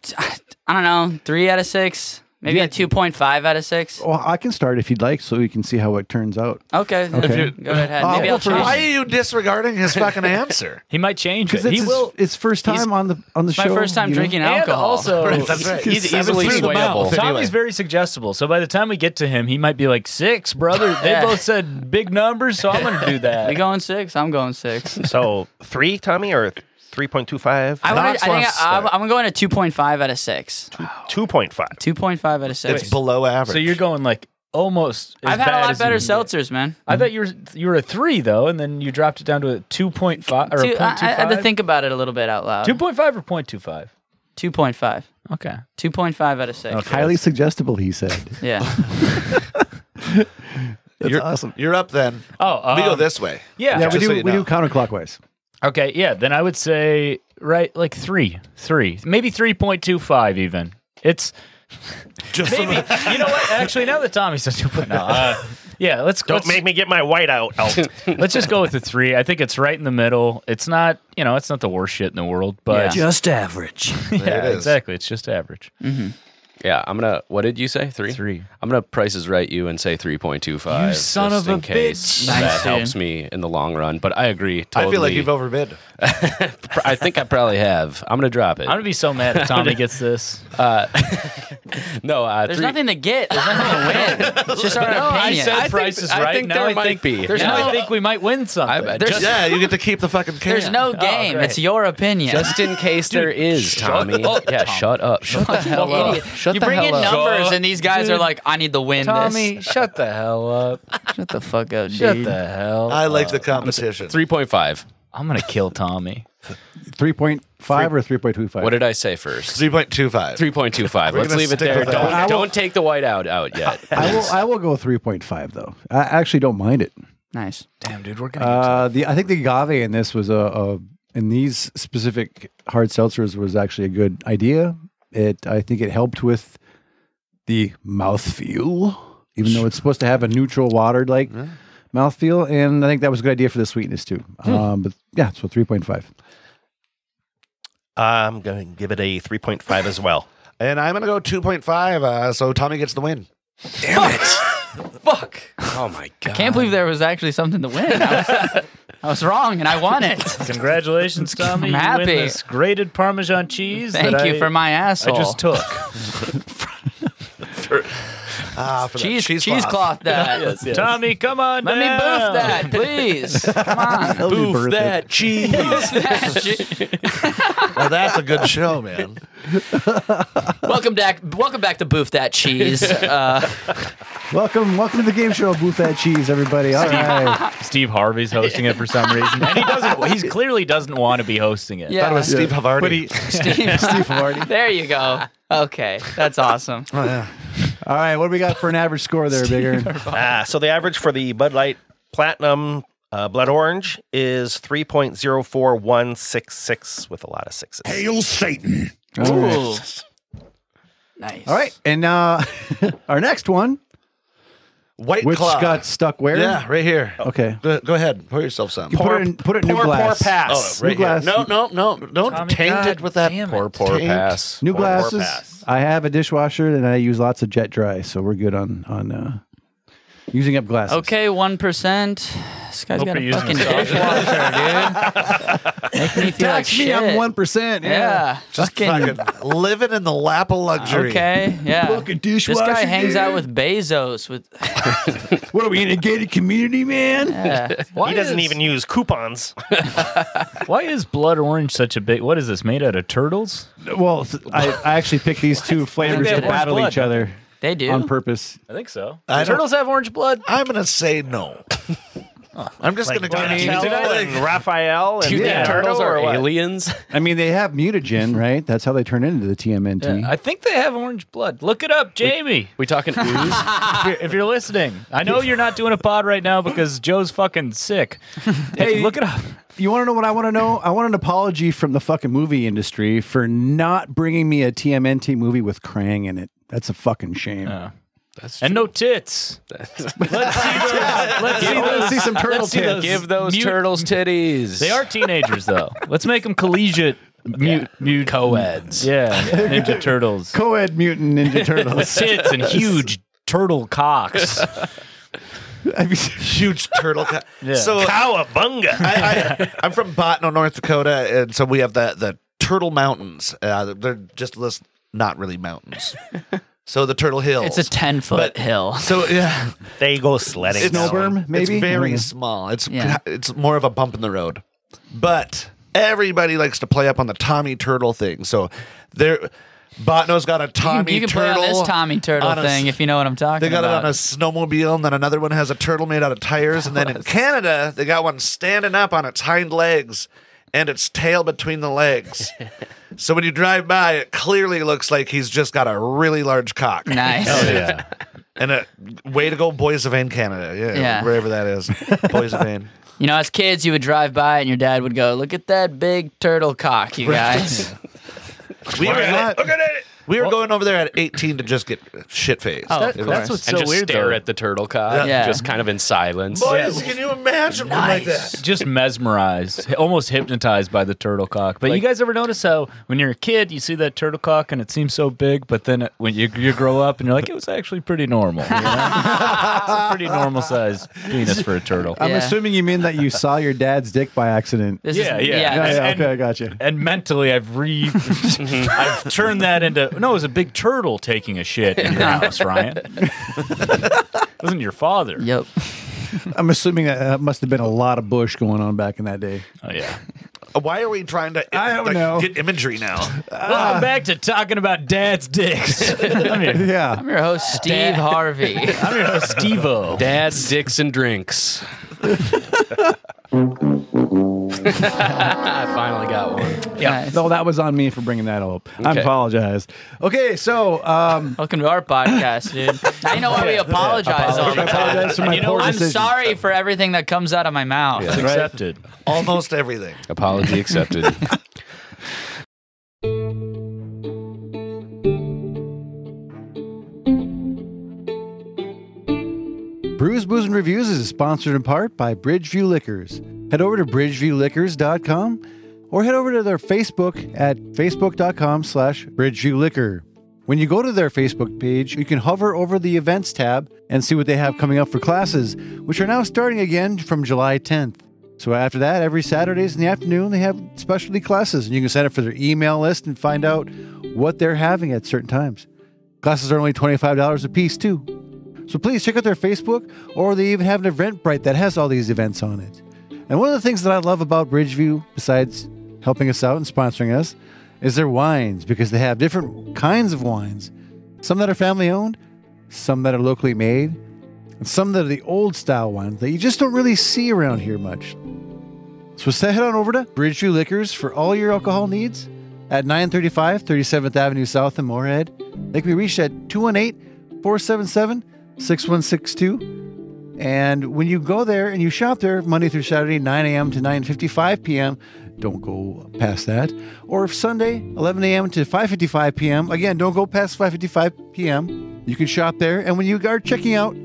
Speaker 5: I don't know, three out of six, maybe a two point five out of six.
Speaker 1: Well, I can start if you'd like, so we can see how it turns out.
Speaker 5: Okay,
Speaker 1: Okay.
Speaker 5: go right ahead.
Speaker 1: Oh,
Speaker 5: Maybe
Speaker 1: well,
Speaker 5: I'll
Speaker 1: for-
Speaker 5: change.
Speaker 6: Why are you disregarding
Speaker 5: (laughs)
Speaker 6: his fucking answer?
Speaker 7: he might change it.
Speaker 1: Because it's,
Speaker 7: He
Speaker 1: his-
Speaker 7: will.
Speaker 1: it's first
Speaker 7: he's-
Speaker 1: time on the on the
Speaker 5: my
Speaker 1: show.
Speaker 5: first time
Speaker 1: you know?
Speaker 5: drinking
Speaker 7: and
Speaker 5: alcohol. (laughs)
Speaker 7: also,
Speaker 6: that's right.
Speaker 7: he's easily
Speaker 6: Through the mouth,
Speaker 7: swayable. Tommy's
Speaker 6: anyway.
Speaker 7: very suggestible. So by the time we get to him, he might be like six, brother. They
Speaker 5: Yeah.
Speaker 7: both said big numbers, so I'm going
Speaker 5: (laughs)
Speaker 7: to do
Speaker 5: we
Speaker 7: that.
Speaker 5: going six? I'm going six.
Speaker 4: So three, Tommy, or three point two five?
Speaker 5: I, wanna, I
Speaker 6: Knox
Speaker 5: think
Speaker 6: wants
Speaker 5: I,
Speaker 6: to
Speaker 5: I'm,
Speaker 6: start.
Speaker 5: I'm going to two point five out of six.
Speaker 4: Two point five.
Speaker 5: Two point five out of six.
Speaker 6: It's below average.
Speaker 7: So you're going like almost. As
Speaker 5: I've had
Speaker 7: bad
Speaker 5: a lot
Speaker 7: as you
Speaker 5: better
Speaker 7: can get.
Speaker 5: seltzers, man.
Speaker 7: I thought you were you were a three though, and then you dropped it down to a two point five or
Speaker 5: Two,
Speaker 7: a
Speaker 5: I, I
Speaker 7: point two
Speaker 5: had to
Speaker 7: five.
Speaker 5: think about it a little bit out loud.
Speaker 7: Two point five or point two five.
Speaker 5: Two point five.
Speaker 7: Okay.
Speaker 5: Two point five out of six.
Speaker 1: Highly suggestible, he said.
Speaker 7: (laughs)
Speaker 5: Yeah.
Speaker 1: That's
Speaker 6: You're-
Speaker 1: awesome.
Speaker 6: You're up then.
Speaker 7: Oh,
Speaker 6: we go
Speaker 7: um,
Speaker 5: (laughs)
Speaker 6: this way.
Speaker 7: Yeah.
Speaker 1: Yeah, we
Speaker 6: Just
Speaker 1: do
Speaker 6: so you
Speaker 1: we
Speaker 6: know.
Speaker 1: do counterclockwise.
Speaker 7: Okay. Yeah. Then I would say right like three, three, maybe three point two five even. It's
Speaker 6: Just
Speaker 7: maybe you know what? Actually, now that Tommy said two point (laughs) no, uh, yeah. Let's
Speaker 4: Don't
Speaker 7: let's,
Speaker 4: make me get my white out. out.
Speaker 7: let's just go with the three. I think it's right in the middle. It's not you know it's not the worst shit in the world, but
Speaker 5: Yeah.
Speaker 9: Just average.
Speaker 7: yeah,
Speaker 6: There it is.
Speaker 7: exactly. It's just average.
Speaker 8: Yeah, I'm gonna. What did you say? Three.
Speaker 7: Three.
Speaker 8: I'm gonna prices right you and say three point two five.
Speaker 7: You son
Speaker 8: just
Speaker 7: of
Speaker 8: in
Speaker 7: a
Speaker 8: case
Speaker 7: bitch.
Speaker 8: That
Speaker 5: Nice, dude.
Speaker 8: helps me in the long run. But I agree. Totally.
Speaker 6: I feel like you've overbid.
Speaker 8: (laughs) I think I probably have. I'm gonna drop it.
Speaker 7: I'm gonna be so mad if Tommy gets this.
Speaker 8: (laughs) no, uh,
Speaker 5: There's
Speaker 8: three-
Speaker 5: nothing to get. There's nothing
Speaker 7: (laughs)
Speaker 5: to win. It's just our
Speaker 8: No, I
Speaker 5: opinion.
Speaker 8: said
Speaker 7: I
Speaker 8: price
Speaker 7: think-
Speaker 8: is
Speaker 7: I
Speaker 8: right.
Speaker 7: think
Speaker 8: now
Speaker 7: there
Speaker 8: I
Speaker 7: might
Speaker 8: think
Speaker 7: be.
Speaker 8: There's
Speaker 7: now
Speaker 5: no-
Speaker 7: I think we might win something.
Speaker 8: I,
Speaker 5: There's-
Speaker 8: just,
Speaker 6: Yeah, you get to keep the fucking can.
Speaker 5: There's no game.
Speaker 7: Oh, great.
Speaker 5: it's your opinion.
Speaker 8: just in case there is, Tommy. yeah, shut up. Shut the hell up.
Speaker 5: Idiot. (laughs)
Speaker 8: Shut
Speaker 5: you
Speaker 8: the
Speaker 5: bring
Speaker 8: hell
Speaker 5: in
Speaker 8: up.
Speaker 5: numbers, and these guys are like, "I need to win
Speaker 7: Tommy, shut the hell up.
Speaker 5: this." Shut the fuck up, dude.
Speaker 7: Shut the hell.
Speaker 6: I like the competition.
Speaker 8: (laughs) Three point five.
Speaker 7: I'm gonna kill Tommy.
Speaker 1: Three point five or three point two five.
Speaker 8: What did I say first?
Speaker 6: Three point two five.
Speaker 8: Three point two five. Let's
Speaker 6: gonna
Speaker 8: leave it
Speaker 6: stick
Speaker 8: there.
Speaker 6: with that.
Speaker 1: I
Speaker 8: Don't
Speaker 1: will-
Speaker 8: don't take the white out out yet.
Speaker 1: I will I will go three point five though. I actually don't mind it.
Speaker 5: Nice.
Speaker 7: Damn, dude, we're gonna.
Speaker 1: Uh, the I think the agave in this was a, a in these specific hard seltzers was actually a good idea. It I think it helped with the mouthfeel, even though it's supposed to have a neutral watered like mouthfeel, and I think that was a good idea for the sweetness too.
Speaker 6: Hmm.
Speaker 1: Um, but yeah, so three point five.
Speaker 4: I'm gonna give it a three point five as well.
Speaker 6: And I'm gonna go two point five. Uh, so Tommy gets the win.
Speaker 5: Fuck.
Speaker 8: Oh my god.
Speaker 5: Can't believe there was actually something to win. I was, (laughs) I was wrong, and I won
Speaker 7: (laughs)
Speaker 5: it.
Speaker 7: Congratulations,
Speaker 5: (laughs)
Speaker 7: Tommy.
Speaker 5: I'm
Speaker 7: You
Speaker 5: happy.
Speaker 7: win this grated Parmesan cheese.
Speaker 5: Thank
Speaker 7: that
Speaker 5: you
Speaker 7: I,
Speaker 5: for my
Speaker 7: I
Speaker 5: asshole.
Speaker 7: just took.
Speaker 5: (laughs)
Speaker 6: Ah, for that
Speaker 5: cheese
Speaker 6: cheese
Speaker 5: cheesecloth. Cloth that.
Speaker 7: Tommy, come on.
Speaker 5: Let me
Speaker 7: down.
Speaker 5: boof that, please.
Speaker 1: (laughs)
Speaker 5: Come on.
Speaker 1: Boof
Speaker 8: that cheese.
Speaker 1: (laughs)
Speaker 5: Boof that shit.
Speaker 6: Well, that's a good show, man.
Speaker 5: welcome back. Welcome back to Boof
Speaker 1: (laughs)
Speaker 5: That Cheese. Uh,
Speaker 1: Welcome, welcome to the game show, Booth That Cheese, everybody. All right,
Speaker 7: Steve Harvey's hosting it for (laughs) some reason, and he doesn't. He clearly doesn't want to be hosting it.
Speaker 5: yeah.
Speaker 6: That was Steve Havarti.
Speaker 5: Steve.
Speaker 1: Hardy.
Speaker 5: there you go. Okay, that's awesome.
Speaker 1: (laughs) All right, what do we got for an average score there, Bigger?
Speaker 4: Ah, so the average for the Bud Light Platinum uh, Blood Orange is three point zero four one six six with a lot of sixes.
Speaker 5: Ooh. Nice.
Speaker 1: All right, and uh, (laughs) our next one,
Speaker 6: White
Speaker 1: which
Speaker 6: Claw.
Speaker 1: got stuck where?
Speaker 6: yeah, right here.
Speaker 1: Okay.
Speaker 6: Go, go ahead, pour yourself some.
Speaker 1: You put it in, put it in
Speaker 4: Poor,
Speaker 1: new
Speaker 4: poor
Speaker 1: glass.
Speaker 5: Oh,
Speaker 4: pass.
Speaker 1: New
Speaker 6: right here.
Speaker 1: glass.
Speaker 6: No, no, no! Don't
Speaker 7: Tommy,
Speaker 6: taint
Speaker 7: God
Speaker 6: it with that
Speaker 7: damn it.
Speaker 6: poor,
Speaker 8: Poor
Speaker 6: taint.
Speaker 8: pass.
Speaker 1: New
Speaker 4: Poor, poor
Speaker 1: glasses.
Speaker 4: pass.
Speaker 1: I have a dishwasher and I use lots of Jet Dry, so we're good on on uh, using up glasses.
Speaker 5: Okay, one percent. This guy's
Speaker 7: Hope
Speaker 5: got
Speaker 7: you're
Speaker 5: a
Speaker 7: using
Speaker 5: fucking
Speaker 7: the sauce.
Speaker 5: dishwasher,
Speaker 1: (laughs)
Speaker 5: dude. Make me feel like
Speaker 1: Tax me,
Speaker 5: shit.
Speaker 1: I'm one percent.
Speaker 5: Yeah, fucking.
Speaker 6: Fucking living in the lap of luxury.
Speaker 5: Okay, yeah.
Speaker 1: Fucking
Speaker 5: This
Speaker 1: dishwasher.
Speaker 5: guy hangs
Speaker 1: dude.
Speaker 5: out with Bezos. With uh,
Speaker 1: What are we in a gated community, man?
Speaker 5: yeah.
Speaker 4: He doesn't even use
Speaker 6: (laughs)
Speaker 4: coupons.
Speaker 7: Why is blood orange such a big? What is this made out of turtles?
Speaker 1: Well, th- I, I actually picked these
Speaker 5: (laughs)
Speaker 1: two flavors
Speaker 7: they
Speaker 1: to
Speaker 7: have orange
Speaker 1: battle
Speaker 7: blood.
Speaker 1: each other
Speaker 5: they do.
Speaker 1: on purpose.
Speaker 7: I think so.
Speaker 6: I don't-
Speaker 7: turtles have orange blood.
Speaker 6: I'm gonna say no. I'm just
Speaker 4: Like
Speaker 6: gonna go.
Speaker 4: Donatello and Raphael and
Speaker 8: You
Speaker 1: Yeah.
Speaker 8: think turtles
Speaker 4: Turtle
Speaker 8: are
Speaker 4: or what?
Speaker 8: aliens?
Speaker 1: I mean, they have mutagen, right? That's how they turn into the TMNT.
Speaker 7: I think they have orange blood. Look it up, Jamie.
Speaker 8: We talking ooze?
Speaker 7: if, you're, if you're listening, I know you're not doing a pod right now because Joe's
Speaker 5: (laughs)
Speaker 7: fucking sick. Hey, look it up.
Speaker 1: You want to know what I want to know? I want an apology from the fucking movie industry for not bringing me a TMNT movie with Krang in it. That's a fucking shame.
Speaker 7: and no tits. let's see those. (laughs) Let's see
Speaker 1: Let's
Speaker 7: those.
Speaker 1: see some turtle
Speaker 7: Let's see
Speaker 1: tits.
Speaker 7: those.
Speaker 8: (laughs) Give those
Speaker 7: Mute-
Speaker 8: turtles titties.
Speaker 7: They are teenagers though. Let's make them collegiate. Mute, mute
Speaker 8: co-eds.
Speaker 7: Yeah, Ninja
Speaker 8: (laughs)
Speaker 7: Turtles.
Speaker 1: Co-ed mutant ninja turtles.
Speaker 7: Tits and huge turtle
Speaker 8: (laughs)
Speaker 7: cocks.
Speaker 1: Have you-
Speaker 6: Huge turtle. Co- So uh,
Speaker 4: (laughs) Cowabunga.
Speaker 6: I, I, I'm from Botno, North Dakota, and so we have the the Turtle Mountains. Uh, they're just list, not really mountains. So the Turtle
Speaker 5: It's
Speaker 6: Hills.
Speaker 5: a ten foot
Speaker 6: But-
Speaker 5: hill.
Speaker 6: So yeah,
Speaker 4: they go sledding.
Speaker 6: It's
Speaker 4: down.
Speaker 1: Snowberm, maybe.
Speaker 6: it's very
Speaker 1: I don't know.
Speaker 6: small. It's
Speaker 5: Yeah.
Speaker 6: it's more of a bump in the road, but everybody likes to play up on the Tommy Turtle thing. So there, Botno's got a
Speaker 5: You
Speaker 6: Tommy
Speaker 5: can, you can play
Speaker 6: Turtle.
Speaker 5: on this Tommy turtle
Speaker 6: on a s-
Speaker 5: thing if you know what I'm talking
Speaker 6: They got
Speaker 5: about.
Speaker 6: it on (laughs) a snowmobile, and then another one has a turtle made out of tires. And then in Canada, they got one standing up on its hind legs and its tail between
Speaker 5: (laughs)
Speaker 6: the legs. so when you drive by, it clearly looks like he's just got a really large
Speaker 1: (laughs)
Speaker 6: cock.
Speaker 5: nice.
Speaker 7: Yeah.
Speaker 6: And a way to go, Boys of Vain, Canada. Yeah,
Speaker 5: Yeah.
Speaker 6: wherever that is. Boys of
Speaker 5: (laughs)
Speaker 6: Vain.
Speaker 5: You know, as kids, you would drive by and your dad would go, "Look at that big turtle cock, you
Speaker 6: (laughs)
Speaker 5: guys."
Speaker 6: We were,
Speaker 1: not?
Speaker 6: Look at it. we were going over there at 18 to just get shit faced.
Speaker 5: Oh, of
Speaker 6: It was-
Speaker 7: That's what's
Speaker 8: and
Speaker 7: so
Speaker 8: just
Speaker 7: weird
Speaker 8: stare
Speaker 7: though.
Speaker 8: at the turtle cock,
Speaker 5: Yeah.
Speaker 8: just kind of in silence.
Speaker 6: Boys, can you imagine one like that?
Speaker 7: just mesmerized, almost hypnotized by the turtle cock. But you guys ever notice how when you're a kid, you see that turtle cock and it seems so big, but then it, when you you grow up and you're like, it was actually pretty normal. you know? (laughs) it's a pretty normal sized penis for a turtle.
Speaker 1: I'm
Speaker 5: Yeah.
Speaker 1: assuming you mean that you saw your dad's dick by accident.
Speaker 5: This
Speaker 7: Yeah, yeah.
Speaker 1: Yeah, yeah,
Speaker 7: and-
Speaker 1: okay, I got you.
Speaker 7: And mentally, I've
Speaker 9: (laughs)
Speaker 7: re, (laughs) I've turned that into no. It was a big turtle taking a shit in your
Speaker 9: (laughs)
Speaker 7: house, Ryan. Wasn't your father?
Speaker 5: Yep.
Speaker 1: I'm assuming that uh, must have been a lot of bush going on back in that day.
Speaker 7: Oh yeah.
Speaker 6: Why are we trying to
Speaker 1: I don't
Speaker 6: like,
Speaker 1: know.
Speaker 6: get imagery now?
Speaker 7: Welcome back to talking about dad's dicks. I'm
Speaker 1: (laughs)
Speaker 7: your,
Speaker 1: Yeah.
Speaker 5: I'm your host, Steve Harvey.
Speaker 7: (laughs) I'm your host, Stevo.
Speaker 8: Dad's dicks and drinks. (laughs) I finally got one.
Speaker 5: yeah.
Speaker 1: No, that was on me for bringing that up. I
Speaker 8: Okay.
Speaker 1: apologize. Okay, so um,
Speaker 5: (laughs) Welcome to our podcast, dude. Now you know why we apologize all the
Speaker 1: I
Speaker 5: time.
Speaker 1: apologize for my
Speaker 7: You know
Speaker 1: poor
Speaker 7: what?
Speaker 5: I'm
Speaker 1: decision.
Speaker 5: sorry for everything that comes out of my mouth.
Speaker 7: It's
Speaker 1: Right.
Speaker 7: accepted.
Speaker 6: Almost everything.
Speaker 8: Apology accepted.
Speaker 1: (laughs) Brews, Booze, and Reviews is sponsored in part by Bridgeview Liquors. Head over to bridgeviewliquors.com or head over to their Facebook at facebook.com slash bridgeviewliquor. When you go to their Facebook page, you can hover over the events tab and see what they have coming up for classes, which are now starting again from July 10th. So after that, every Saturdays in the afternoon, they have specialty classes, and you can sign up for their email list and find out what they're having at certain times. Classes are only $25 a piece, too. So please check out their Facebook, or they even have an Eventbrite that has all these events on it. And one of the things that I love about Bridgeview, besides helping us out and sponsoring us, is their wines because they have different kinds of wines. Some that are family owned, some that are locally made, and some that are the old style ones that you just don't really see around here much. So s- head on over to Bridgeview Liquors for all your alcohol needs at 935 37th Avenue South in Moorhead. They can be reached at 218 477 6162. And when you go there and you shop there Monday through Saturday, 9 a.m. to 9.55 p.m., don't go past that. Or if Sunday, 11 a.m. to 5.55 p.m., again, don't go past 5.55 p.m. You can shop there. And when you are checking out,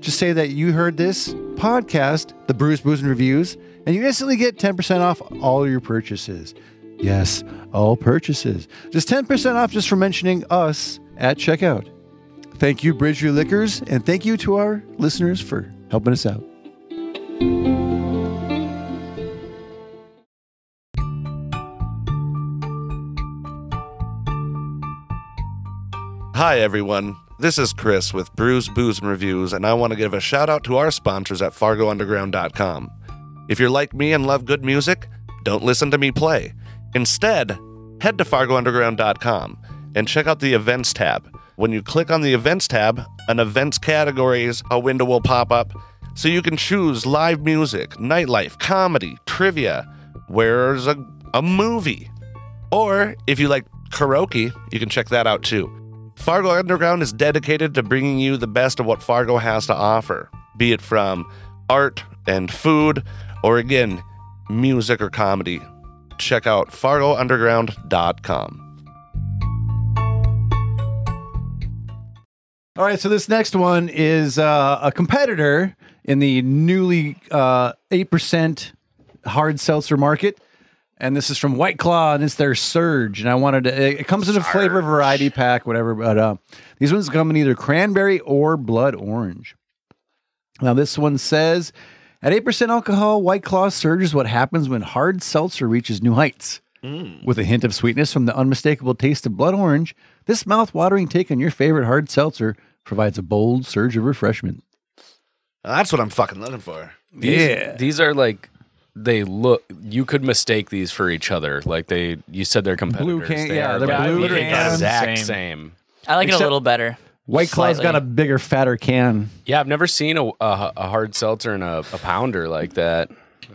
Speaker 1: just say that you heard this podcast, The Brews, Booze, and Reviews, and you instantly get 10% off all your purchases. Yes, all purchases. Just 10% off just for mentioning us at checkout. Thank you, Bridgeview Liquors, and thank you to our listeners for helping us out.
Speaker 6: Hi, everyone. This is Chris with Brews, Booze, and Reviews, and I want to give a shout out to our sponsors at FargoUnderground.com. If you're like me and love good music, don't listen to me play. Instead, head to FargoUnderground.com and check out the Events tab. When you click on the Events tab, an Events Categories a window will pop up, so you can choose live music, nightlife, comedy, trivia. Where's a, a movie? Or if you like karaoke, you can check that out too. Fargo Underground is dedicated to bringing you the best of what Fargo has to offer, be it from art and food, or again, music or comedy. Check out fargounderground.com.
Speaker 1: All right, so this next one is uh, a competitor in the newly uh, 8% hard seltzer market. And this is from White Claw, and it's their Surge. And I wanted to, it, it comes in a flavor variety pack, whatever, but uh, these ones come in either cranberry or blood orange. Now, this one says at 8% alcohol, White Claw Surge is what happens when hard seltzer reaches new heights. With a hint of sweetness from the unmistakable taste of blood orange, this mouth-watering take on your favorite hard seltzer provides a bold surge of refreshment.
Speaker 6: That's what I'm fucking looking for.
Speaker 8: These, These are like they look you could mistake these for each other. Like they you said they're competitors.
Speaker 1: can-
Speaker 8: they
Speaker 1: yeah,
Speaker 8: are
Speaker 1: they're
Speaker 8: like
Speaker 1: blue
Speaker 8: the
Speaker 1: cans.
Speaker 8: Exact
Speaker 7: Same.
Speaker 8: same.
Speaker 5: I like it
Speaker 1: Except-
Speaker 5: a little better.
Speaker 1: White Claw's
Speaker 5: Slightly.
Speaker 1: got a bigger, fatter can.
Speaker 8: Yeah, I've never seen a, a, a hard seltzer and a, a pounder like that.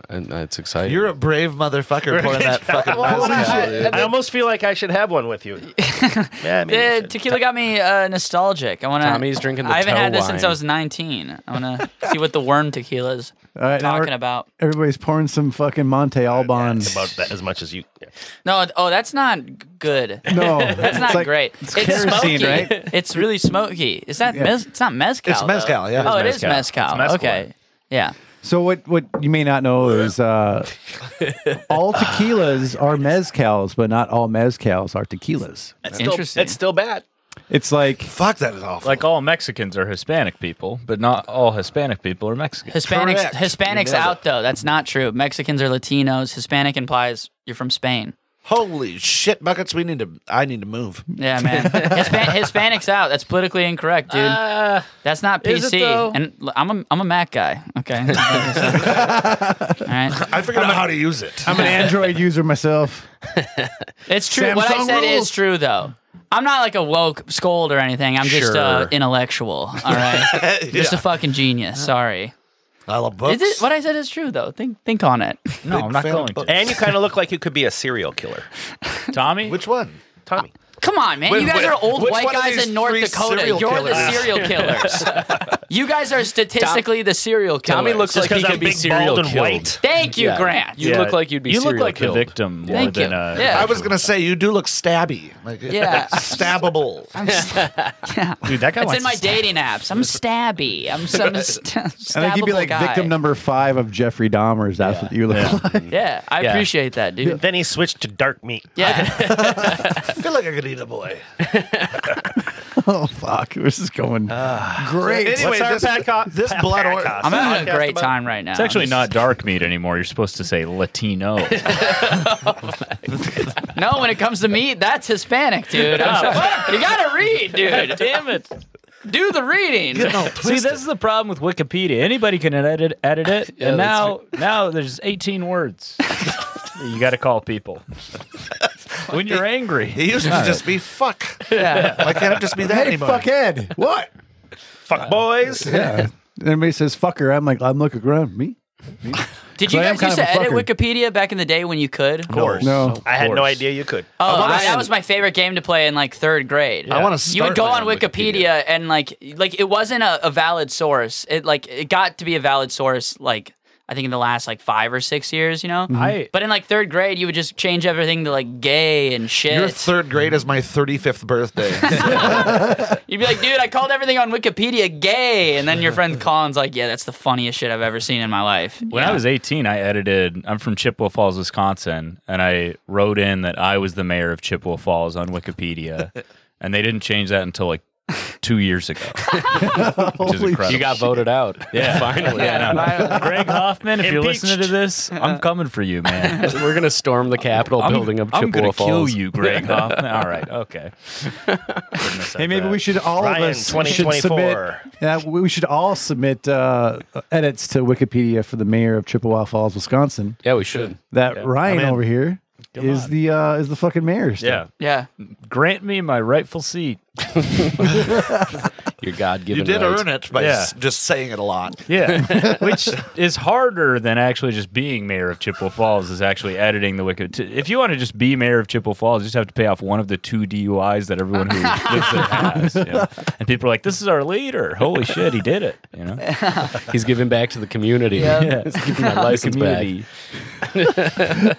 Speaker 8: And it's exciting.
Speaker 9: You're a brave motherfucker pouring that
Speaker 7: (laughs)
Speaker 9: fucking.
Speaker 4: Well,
Speaker 9: Moscow.
Speaker 4: I, I almost feel like I should have one with you. yeah, maybe you
Speaker 5: The
Speaker 4: should.
Speaker 5: tequila got me uh, nostalgic. I want to.
Speaker 8: Tommy's drinking the
Speaker 5: I haven't
Speaker 8: toe
Speaker 5: had this since I
Speaker 8: wine.
Speaker 5: was 19. I want to see what the worm tequila's
Speaker 1: All right, Uh, now
Speaker 5: talking
Speaker 1: we're-
Speaker 5: about.
Speaker 1: everybody's pouring some fucking Monte Alban.
Speaker 4: It's about that as much as you. yeah.
Speaker 5: No, oh, that's not g- good.
Speaker 1: (laughs) no,
Speaker 5: (laughs) That's not great. It's,
Speaker 1: kerosene,
Speaker 5: smoky.
Speaker 1: right?
Speaker 5: (laughs) It's really smoky. Is that mez- it's not mezcal?
Speaker 9: It's mezcal,
Speaker 5: though.
Speaker 9: yeah. It is
Speaker 5: Oh, it is
Speaker 7: mezcal.
Speaker 5: mezcal.
Speaker 7: It's mezcal.
Speaker 5: Okay. Yeah.
Speaker 1: So what? What you may not know is (laughs) uh, all tequilas are mezcals, but not all mezcals are tequilas.
Speaker 4: It's still-
Speaker 5: Interesting.
Speaker 4: It's still bad.
Speaker 1: It's like
Speaker 6: Fuck, that is awful.
Speaker 7: Like all Mexicans are Hispanic people, but not all Hispanic people are Mexican.
Speaker 5: Hispanics
Speaker 6: Correct.
Speaker 5: Hispanics out though. That's not true. Mexicans are Latinos. Hispanic implies you're from Spain.
Speaker 9: Holy shit, buckets! We need to. I need to move.
Speaker 5: Yeah, man.
Speaker 7: (laughs)
Speaker 5: Hispan- Hispanics out. That's politically incorrect, dude. That's not
Speaker 7: Uh, is it
Speaker 5: PC.
Speaker 7: though?
Speaker 5: and l- I'm a I'm a Mac guy.
Speaker 7: (laughs)
Speaker 5: Okay. All right.
Speaker 6: I figured out how to use it.
Speaker 9: (laughs)
Speaker 1: I'm an Android user myself.
Speaker 5: It's true. what I
Speaker 1: Samsung
Speaker 5: said
Speaker 1: rules.
Speaker 5: is true though. I'm not like a woke scold or anything. I'm just uh,
Speaker 8: Sure.
Speaker 5: intellectual. All
Speaker 6: (laughs)
Speaker 5: right. Just a fucking genius. Sorry.
Speaker 9: I love
Speaker 5: Is
Speaker 9: books.
Speaker 5: it, what I said is true though. Think think on it.
Speaker 7: No, I'm not
Speaker 9: fan of
Speaker 7: going to.
Speaker 4: And you kind of look like you could be a serial
Speaker 6: (laughs)
Speaker 4: killer.
Speaker 7: Tommy, (laughs)
Speaker 9: Which one?
Speaker 4: Tommy.
Speaker 5: Come on, man. you guys are old
Speaker 6: which
Speaker 5: white
Speaker 6: one of
Speaker 5: guys
Speaker 6: these
Speaker 5: in North
Speaker 6: three
Speaker 5: Dakota. You're
Speaker 6: serial
Speaker 5: the
Speaker 6: killers? (laughs)
Speaker 5: serial killers. you guys are statistically the serial killers.
Speaker 8: Tommy looks like he could be serial killed.
Speaker 5: Thank you,
Speaker 8: Yeah.
Speaker 5: Grant.
Speaker 8: You look like you'd be
Speaker 7: you look
Speaker 8: serial
Speaker 7: like
Speaker 8: killed.
Speaker 7: the victim more
Speaker 5: Thank you.
Speaker 7: than uh, a.
Speaker 5: Yeah.
Speaker 9: I was gonna say you do look stabby. Like,
Speaker 5: Yeah.
Speaker 9: (laughs)
Speaker 5: (laughs)
Speaker 9: stabbable.
Speaker 7: Dude, that guy
Speaker 5: It's
Speaker 7: wants
Speaker 5: in my
Speaker 7: to stab-
Speaker 5: dating apps. I'm stabby. I'm some st- stabbable
Speaker 1: I think you'd be like
Speaker 5: guy.
Speaker 1: victim number five of Jeffrey Dahmer's. That's what you look like. (laughs)
Speaker 5: Yeah, I
Speaker 8: Yeah.
Speaker 5: appreciate that, dude.
Speaker 4: Then he switched to dark meat.
Speaker 5: Yeah,
Speaker 9: I feel like I could eat a boy.
Speaker 1: Oh fuck, this is going great.
Speaker 4: What's our
Speaker 9: (laughs)
Speaker 6: this-
Speaker 4: podcast?
Speaker 9: this blood or-
Speaker 5: (laughs) I'm having a great time right now.
Speaker 7: It's actually not dark meat anymore. You're supposed to
Speaker 9: (laughs)
Speaker 7: say Latino.
Speaker 5: No, when it comes to meat, that's Hispanic, dude. I'm sorry. (laughs) you gotta read, dude.
Speaker 7: Damn it.
Speaker 5: Do the reading.
Speaker 7: See, this is the problem with Wikipedia. Anybody can edit edit (laughs) it, and now now there's 18 words. (laughs) you got to call (laughs) people when you're angry.
Speaker 9: It used to just be fuck.
Speaker 5: (laughs) Yeah.
Speaker 9: Why can't it just be that
Speaker 1: Hey,
Speaker 9: anymore?
Speaker 8: (laughs)
Speaker 1: fuckhead! What?
Speaker 4: Fuck boys.
Speaker 1: (laughs) Yeah. Everybody says fucker. I'm like, I'm looking around. Me?
Speaker 5: Did you
Speaker 1: I am
Speaker 5: guys
Speaker 1: kind
Speaker 5: used
Speaker 1: of
Speaker 5: to
Speaker 1: a
Speaker 5: edit
Speaker 1: fucker.
Speaker 5: Wikipedia back in the day when you could? Of
Speaker 6: course.
Speaker 1: No.
Speaker 4: I had no idea you could.
Speaker 5: Oh,
Speaker 9: wanna
Speaker 5: I- that
Speaker 9: s-
Speaker 5: was my favorite game to play in like third grade.
Speaker 9: I want to.
Speaker 5: you would go on Wikipedia, and like like it wasn't a, a valid source. It like it got to be a valid source like I think in the last like five or six years, you know.
Speaker 1: Mm-hmm.
Speaker 7: I
Speaker 5: but in like third grade, you would just change everything to like gay and shit.
Speaker 9: Your third grade is my 35th
Speaker 7: (laughs)
Speaker 9: birthday.
Speaker 5: You'd be like, dude, I called everything on Wikipedia gay, and then your friend Colin's like, yeah, that's the funniest shit I've ever seen in my life.
Speaker 7: when I was 18, I edited. I'm from Chippewa Falls, Wisconsin, and I wrote in that I was the mayor of Chippewa Falls on (laughs) Wikipedia, and they didn't change that until like two years ago. (laughs) which is incredible.
Speaker 8: You got voted out.
Speaker 7: (laughs) Yeah,
Speaker 8: finally.
Speaker 7: Yeah, I (laughs) know. Greg Hoffman, if you're
Speaker 4: Impeached.
Speaker 7: listening to this, I'm coming for you, (laughs) man.
Speaker 8: We're gonna storm the Capitol
Speaker 7: I'm,
Speaker 8: building of Chippewa
Speaker 7: I'm gonna
Speaker 8: Falls.
Speaker 7: kill you, Greg
Speaker 8: (laughs)
Speaker 7: Hoffman. All right, okay.
Speaker 1: Hey, maybe we should all
Speaker 4: Ryan,
Speaker 1: of us should
Speaker 4: 2024.
Speaker 1: submit. Yeah, we we should all submit uh, edits to Wikipedia for the mayor of Chippewa Falls, Wisconsin.
Speaker 8: Yeah, we should.
Speaker 1: That Ryan over here is
Speaker 7: on.
Speaker 1: the uh, is the fucking mayor. Still.
Speaker 7: Yeah,
Speaker 5: Yeah.
Speaker 7: grant me my rightful seat.
Speaker 8: Your God given.
Speaker 9: you did
Speaker 8: right.
Speaker 9: earn it by
Speaker 7: Yeah.
Speaker 9: s- just saying it a lot.
Speaker 7: Yeah, (laughs)
Speaker 8: (laughs)
Speaker 7: which is harder than actually just being mayor of Chippewa Falls is actually editing the wiki. to- If you want to just be mayor of Chippewa Falls, you just have to pay off one of the two DUIs that everyone
Speaker 8: (laughs)
Speaker 7: who lives there has. you know? And people are like, "This is our leader! Holy shit, he did it!" You know,
Speaker 8: He's giving back to the community.
Speaker 7: yeah,
Speaker 8: (laughs) He's
Speaker 7: (laughs)
Speaker 8: giving my license back.
Speaker 7: community.
Speaker 5: I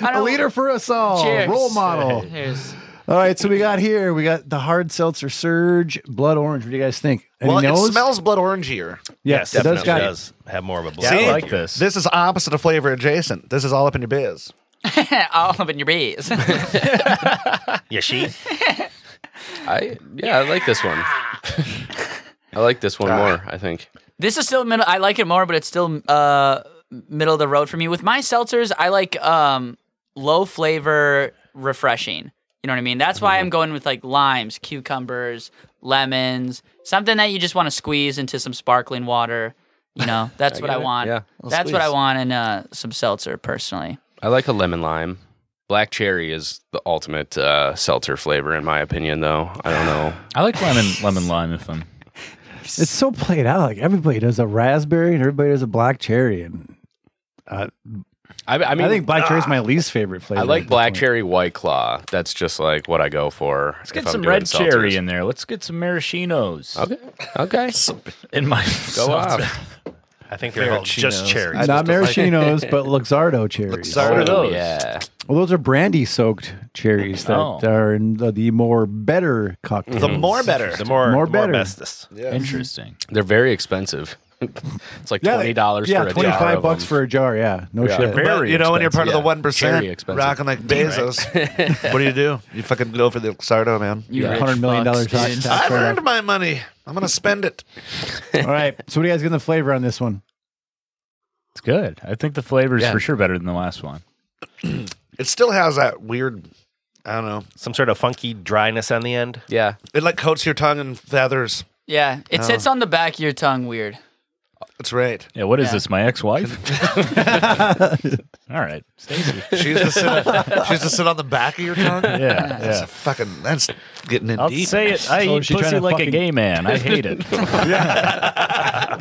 Speaker 1: A
Speaker 5: don't-
Speaker 1: leader for us all,
Speaker 5: Cheers.
Speaker 1: role model.
Speaker 5: Cheers.
Speaker 1: All right, so we got here. We got the hard seltzer surge, blood orange. What do you guys think? Any
Speaker 6: Well,
Speaker 1: no's?
Speaker 6: it smells blood orangier.
Speaker 1: Yes, it does.
Speaker 4: definitely
Speaker 1: Got
Speaker 4: does have more of a blood.
Speaker 6: See?
Speaker 4: flavor.
Speaker 7: I like this.
Speaker 6: This is opposite of flavor adjacent. This is all up in your biz.
Speaker 5: (laughs) All up in your bees. (laughs)
Speaker 4: Yeah, she.
Speaker 8: I yeah, I like this
Speaker 7: (laughs)
Speaker 8: one. I like this
Speaker 9: Ah.
Speaker 8: one more. I think.
Speaker 5: This is still middle. I like it more, but it's still uh, middle of the road for me. With my seltzers, I like um, low flavor, refreshing. You know what I mean? That's why I'm going with like limes, cucumbers, lemons, something that you just want to squeeze into some sparkling water. You know, that's what
Speaker 8: get
Speaker 5: I
Speaker 8: it.
Speaker 5: want.
Speaker 8: Yeah, I'll
Speaker 5: that's what I
Speaker 8: squeeze.
Speaker 5: want in uh, some seltzer, personally.
Speaker 8: I like a lemon lime. Black cherry is the ultimate uh, seltzer flavor, in my opinion. Though I don't know.
Speaker 7: I like lemon lemon lime if I'm.
Speaker 1: It's so played out. Like everybody does a raspberry and everybody does a black cherry. And
Speaker 8: I, I
Speaker 1: I,
Speaker 8: mean, I,
Speaker 1: think black cherry is my least favorite flavor.
Speaker 8: like
Speaker 1: at
Speaker 8: black
Speaker 1: this point.
Speaker 8: cherry white claw. That's just like what I go for.
Speaker 7: Let's get some red cherry in there. Let's get some maraschinos
Speaker 8: Okay. Okay.
Speaker 7: in my
Speaker 8: Go off.
Speaker 4: I think they're all just
Speaker 7: Maracchinos.
Speaker 4: cherries.
Speaker 1: Uh, Not maraschinos, but Luxardo cherries.
Speaker 7: What are
Speaker 6: Sorry.
Speaker 7: those?
Speaker 8: Oh, Yeah.
Speaker 1: Well, those are brandy soaked cherries that
Speaker 7: Oh.
Speaker 1: are in the, the more better cocktail.
Speaker 6: The more better.
Speaker 4: Mm. The more,
Speaker 1: More
Speaker 4: the more
Speaker 1: better.
Speaker 4: bestest.
Speaker 7: Interesting.
Speaker 8: They're very expensive. it's like
Speaker 1: Yeah,
Speaker 8: twenty dollars
Speaker 1: Yeah,
Speaker 8: for a
Speaker 1: twenty
Speaker 8: jar
Speaker 1: five
Speaker 8: of
Speaker 1: bucks
Speaker 8: them.
Speaker 1: for a jar. Yeah, no
Speaker 8: Yeah.
Speaker 1: shit.
Speaker 7: They're
Speaker 6: But,
Speaker 7: Very
Speaker 6: you know, when you're part of the
Speaker 7: expensive.
Speaker 6: one
Speaker 8: Very
Speaker 6: percent,
Speaker 8: expensive.
Speaker 6: rocking like Bezos,
Speaker 7: (laughs)
Speaker 6: what do you do? You fucking go for the Sardo, man.
Speaker 5: You
Speaker 1: Yeah,
Speaker 5: rich
Speaker 1: hundred million dollars.
Speaker 5: fucks, dude.
Speaker 1: tax-
Speaker 6: I've
Speaker 1: tax write-off.
Speaker 6: (laughs) earned my money. I'm gonna spend it.
Speaker 1: All right. So, what do you guys get in the flavor on this one?
Speaker 7: It's good. I think the flavor's
Speaker 8: Yeah.
Speaker 7: for sure better than the last one.
Speaker 6: It still has that weird. I don't know.
Speaker 4: Some sort of funky dryness on
Speaker 1: (laughs)
Speaker 4: the end.
Speaker 8: Yeah.
Speaker 6: It like coats your tongue in feathers.
Speaker 5: (laughs) Yeah, it sits on the back of your tongue weird.
Speaker 6: That's right.
Speaker 7: Yeah. What is
Speaker 5: Yeah.
Speaker 7: this? My ex-wife. (laughs) All right, Stacy.
Speaker 6: She used to sit. On, she used to sit on the back of your tongue.
Speaker 7: Yeah.
Speaker 6: That's
Speaker 7: yeah.
Speaker 6: a fucking. That's getting in
Speaker 7: I'll
Speaker 6: deep.
Speaker 7: say it. I
Speaker 1: So
Speaker 7: eat
Speaker 1: she trying
Speaker 7: pussy
Speaker 1: to
Speaker 7: like
Speaker 1: fucking-
Speaker 7: a gay man. I hate it. yeah.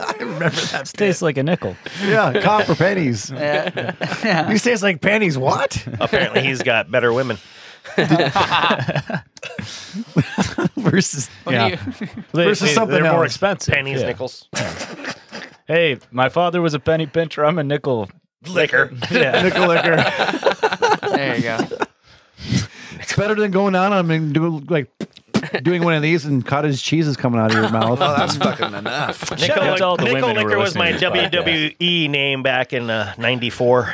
Speaker 7: I remember that. Tastes like a nickel.
Speaker 1: Yeah, copper pennies.
Speaker 5: Yeah.
Speaker 1: These taste like panties. What?
Speaker 4: (laughs) Apparently, he's got better women.
Speaker 1: (laughs) Versus yeah.
Speaker 7: They,
Speaker 1: Versus
Speaker 7: they-
Speaker 1: something
Speaker 7: they're more
Speaker 1: else.
Speaker 7: expensive.
Speaker 4: Pennies,
Speaker 7: yeah.
Speaker 4: nickels,
Speaker 7: Hey, my father was a penny pincher. I'm
Speaker 1: (laughs)
Speaker 7: a nickel.
Speaker 4: liquor.
Speaker 7: Yeah.
Speaker 1: nickel liquor.
Speaker 5: (laughs) there you go.
Speaker 1: It's better than going on them and do like doing one of these and cottage cheese is coming out of your mouth.
Speaker 6: Oh, that's fucking
Speaker 7: (laughs)
Speaker 6: enough.
Speaker 7: Shout out to all the
Speaker 4: Nickel
Speaker 7: women who are
Speaker 4: Liquor was my E.
Speaker 7: listening to this podcast.
Speaker 4: WWE name back in uh, 94.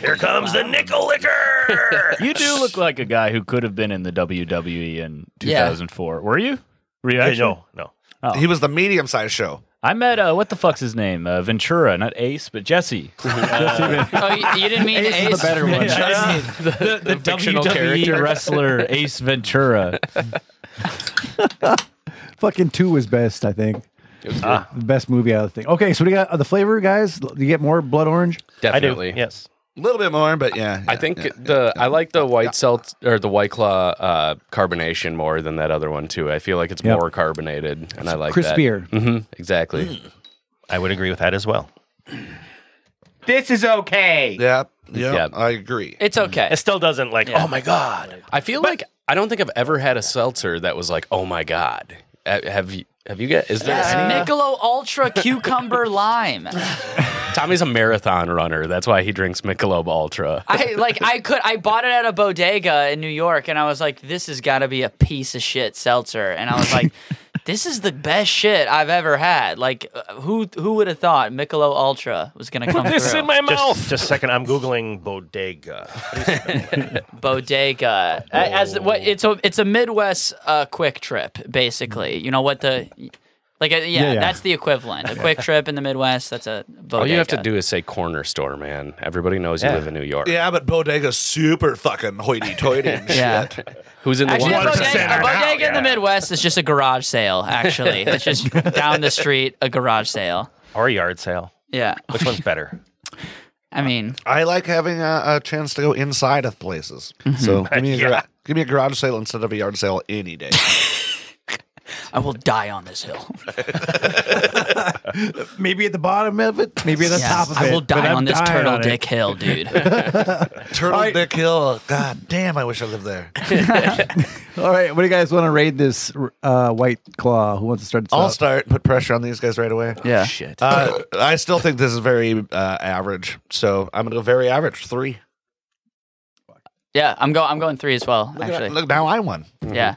Speaker 4: Here comes the Nickel
Speaker 1: (laughs)
Speaker 4: Liquor.
Speaker 7: You do look like a guy who could have been in the WWE in
Speaker 5: Yeah.
Speaker 7: 2004. Were you? Were you
Speaker 4: Hey,
Speaker 7: actually?
Speaker 4: no, no.
Speaker 7: Oh.
Speaker 6: He was the medium-sized show.
Speaker 7: I met uh, what the fuck's his name? Uh, Ventura, not Ace, but (laughs) Jesse.
Speaker 5: Oh, you, you didn't mean
Speaker 1: Ace is
Speaker 5: Ace.
Speaker 1: the
Speaker 5: (laughs)
Speaker 1: better one.
Speaker 7: the, the,
Speaker 8: fictional
Speaker 7: WWE
Speaker 8: character.
Speaker 7: wrestler Ace Ventura.
Speaker 1: Fucking two was best, I think. The best movie out of the thing. Okay, so what do you got uh, the flavor, guys? Do you get more blood orange?
Speaker 4: I do.
Speaker 8: Definitely.
Speaker 4: Yes.
Speaker 6: A little bit more, but yeah.
Speaker 8: I think the I like the white salt or the white claw uh, carbonation more than that other one too. I feel like it's
Speaker 1: Yep.
Speaker 8: more carbonated, and I like that.
Speaker 1: Crispier.
Speaker 8: hmm exactly.
Speaker 4: I would agree with that as well.
Speaker 10: This is okay.
Speaker 6: Yeah. Yeah.
Speaker 8: Yeah.
Speaker 6: I agree.
Speaker 5: It's okay.
Speaker 4: It still doesn't like, oh my God.
Speaker 8: I feel like I don't think I've ever had a seltzer that was like, oh my god. Uh, Have you? Have you got? Is there? any? uh,
Speaker 5: Michelob Ultra
Speaker 8: (laughs)
Speaker 5: Cucumber Lime.
Speaker 8: Tommy's a marathon runner. That's why he drinks Michelob Ultra.
Speaker 5: I like I could I bought it at a bodega in New York and I was like this has got to be a piece of shit seltzer and I was
Speaker 8: (laughs)
Speaker 5: like this is the best shit I've ever had. Like uh, who who would have thought Michelob Ultra was
Speaker 8: (laughs)
Speaker 5: going to come through?
Speaker 4: Just, just a second. I'm Googling bodega.
Speaker 5: bodega. A- As
Speaker 8: Oh.
Speaker 5: what it's a it's a Midwest uh, quick trip basically. You know what the like uh,
Speaker 1: yeah.
Speaker 5: yeah, that's the equivalent. A
Speaker 8: (laughs)
Speaker 5: quick trip in the Midwest, that's a bodega.
Speaker 8: All Oh, you have to do is say corner store, man. Everybody knows you live in New York.
Speaker 6: Yeah, but bodega's super fucking hoity-toity
Speaker 7: (laughs)
Speaker 6: and shit.
Speaker 5: Yeah.
Speaker 8: (laughs) Who's in the
Speaker 5: Actually, a
Speaker 8: one
Speaker 5: bodega, a
Speaker 8: percent?
Speaker 5: bodega in the Midwest is just a garage sale, actually. it's just down the street, a garage sale.
Speaker 4: Or a yard sale.
Speaker 5: Yeah.
Speaker 4: Which one's better?
Speaker 5: I mean,
Speaker 6: I like having a, a chance to go inside of places.
Speaker 7: Mm-hmm.
Speaker 6: So give me, a
Speaker 4: Yeah.
Speaker 6: gar- give me a garage sale instead of a yard sale any day.
Speaker 5: I will die on this hill.
Speaker 1: Maybe at the bottom of it, maybe at the
Speaker 5: Yeah,
Speaker 1: top of it.
Speaker 5: I will
Speaker 1: but
Speaker 5: die
Speaker 1: I'm
Speaker 5: on this
Speaker 1: dying
Speaker 5: turtle
Speaker 1: on it.
Speaker 5: dick hill, dude.
Speaker 6: (laughs) Turtle Dick Hill. God damn, I wish I lived there.
Speaker 1: All right, what do you guys want to rate this uh, white claw? Who wants to start? This
Speaker 6: I'll
Speaker 1: off?
Speaker 6: start. Put pressure on these guys right away.
Speaker 5: yeah.
Speaker 6: Uh, I still think this is very uh, average. So I'm going to go very average. Three.
Speaker 5: Yeah, I'm go. I'm going three as well.
Speaker 9: Look, at-
Speaker 5: actually,
Speaker 9: look, now I won.
Speaker 5: yeah.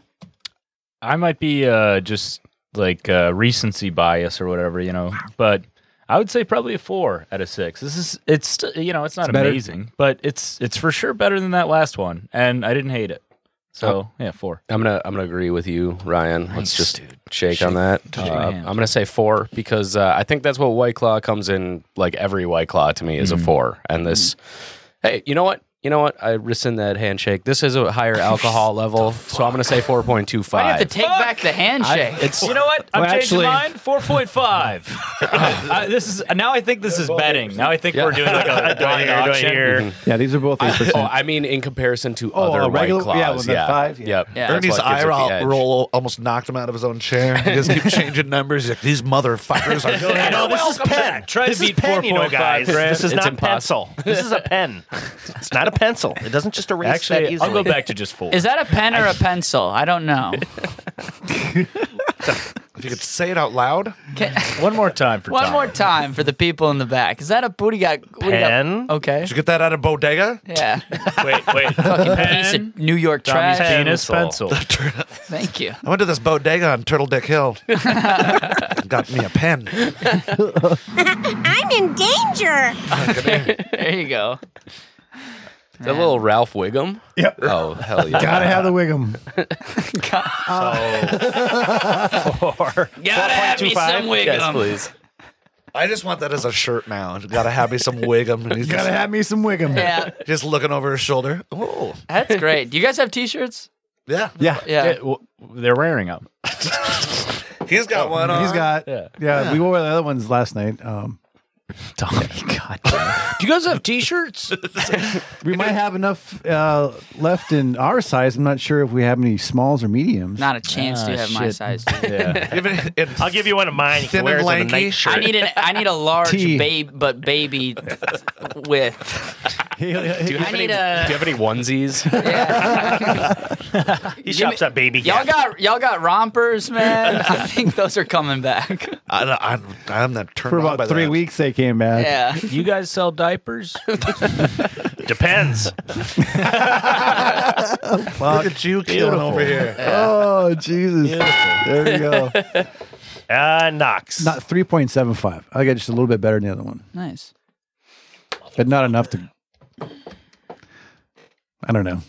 Speaker 7: I might be uh, just like uh, recency bias or whatever, you know, but I would say probably a four out of six. This is it's st- you know it's not
Speaker 1: It's better.
Speaker 7: amazing, but it's it's for sure better than that last one, and I didn't hate it. So yeah, four.
Speaker 8: I'm gonna I'm gonna agree with you, Ryan. Let's just shake on that.
Speaker 7: my
Speaker 8: Uh, I'm
Speaker 7: hand.
Speaker 8: gonna say four because uh, I think that's what White Claw comes in. Like every White Claw to me is a four, and this. Hey, you know what? You know what? I rescind that handshake. This is a higher alcohol level, so I'm gonna say four point two
Speaker 5: Why do you
Speaker 8: five.
Speaker 5: have to take back the handshake?
Speaker 8: it's
Speaker 7: You know what? I'm
Speaker 1: Well,
Speaker 7: changing
Speaker 1: actually-
Speaker 7: mine. Four point (laughs) five. Uh, this is now. I think this is betting. Now I think we're doing (laughs) like a blind auction.
Speaker 4: (laughs)
Speaker 1: Yeah, these are both eight
Speaker 8: (laughs) oh,
Speaker 1: percent.
Speaker 8: I mean in comparison to
Speaker 1: Oh,
Speaker 8: other
Speaker 1: a regular-
Speaker 8: White Claws.
Speaker 1: yeah, with that five, yeah.
Speaker 8: Yep.
Speaker 5: Yeah.
Speaker 8: That's
Speaker 9: Ernie's
Speaker 8: what gives
Speaker 9: eye
Speaker 8: it the
Speaker 9: roll,
Speaker 8: edge.
Speaker 9: roll almost knocked him out of his own chair. He just keeps changing numbers. He's like, These motherfuckers are
Speaker 7: You
Speaker 4: (laughs)
Speaker 7: know, this is pen. Try
Speaker 3: This
Speaker 7: to
Speaker 3: is
Speaker 7: beat
Speaker 3: pen,
Speaker 7: four
Speaker 3: you know,
Speaker 7: point five.
Speaker 3: guys. This is
Speaker 8: It's
Speaker 3: not
Speaker 8: impossible.
Speaker 3: pencil.
Speaker 4: This is a pen. it's not a pencil. It doesn't just erase that
Speaker 7: Actually,
Speaker 4: easily.
Speaker 7: I'll go back to just four.
Speaker 5: Is that a pen or a pencil? I don't know.
Speaker 9: If you could say it out loud,
Speaker 7: One more time for
Speaker 5: One
Speaker 7: Tom.
Speaker 5: more time for the people in the back. Is that a booty guy?
Speaker 4: Pen?
Speaker 5: Okay.
Speaker 9: did you get that out of bodega?
Speaker 5: Yeah.
Speaker 7: Wait,
Speaker 4: (laughs)
Speaker 7: wait.
Speaker 5: Fucking piece of New York
Speaker 7: Tommy's
Speaker 5: trash.
Speaker 7: penis
Speaker 4: Pencil.
Speaker 7: pencil.
Speaker 5: Thank you.
Speaker 9: I went to this bodega on Turtle Dick Hill. Got me a pen.
Speaker 11: I'm in danger.
Speaker 5: There you go.
Speaker 8: Is that a little Ralph Wiggum? Yep. Oh hell
Speaker 1: (laughs)
Speaker 8: yeah.
Speaker 1: Gotta have the Wiggum.
Speaker 5: Gotta have me some wig.
Speaker 8: Yes, please.
Speaker 9: I just want that as a shirt now. Gotta have me some Wiggum. And he's
Speaker 1: Gotta
Speaker 9: just,
Speaker 1: have me some Wiggum.
Speaker 5: Yeah,
Speaker 9: just looking over his shoulder. Oh,
Speaker 5: that's great. Do you guys have T-shirts?
Speaker 9: yeah.
Speaker 1: Yeah.
Speaker 5: Yeah.
Speaker 7: It- w- they're wearing them.
Speaker 9: He's got one on.
Speaker 1: He's got, yeah.
Speaker 7: Yeah.
Speaker 1: we wore the other ones last night. Um,
Speaker 7: Tommy, God. Do you guys have T-shirts?
Speaker 1: we might have enough uh, left in our size. I'm not sure if we have any smalls or mediums.
Speaker 5: Not a chance to
Speaker 7: Ah,
Speaker 5: have my
Speaker 7: shit.
Speaker 5: size.
Speaker 7: yeah.
Speaker 9: Even in-
Speaker 3: I'll give you one of mine. You
Speaker 9: Thin
Speaker 3: can wear it
Speaker 9: and
Speaker 3: as a
Speaker 9: lanky.
Speaker 3: night
Speaker 5: I
Speaker 3: shirt.
Speaker 5: need an I need a large
Speaker 1: T.
Speaker 5: babe, but baby width.
Speaker 8: Do you
Speaker 5: I
Speaker 8: have
Speaker 5: need
Speaker 8: any,
Speaker 5: a-
Speaker 8: Do you have any onesies?
Speaker 3: He shops at Baby
Speaker 5: Y'all
Speaker 3: Gap.
Speaker 5: got y'all got rompers, man. I think those are coming back.
Speaker 9: I, don't- I'm, I'm not turned
Speaker 1: For
Speaker 9: on by
Speaker 1: about three
Speaker 9: that.
Speaker 1: weeks, they came back.
Speaker 5: (laughs) Yeah.
Speaker 7: You guys sell diapers?
Speaker 3: Depends.
Speaker 9: Look at you killing over
Speaker 6: (laughs)
Speaker 9: here.
Speaker 1: Oh, Jesus. There we go.
Speaker 3: Uh, Knox.
Speaker 1: Not 3.75. I got just a little bit better than the other one,
Speaker 5: Nice.
Speaker 1: but not enough to. I don't know.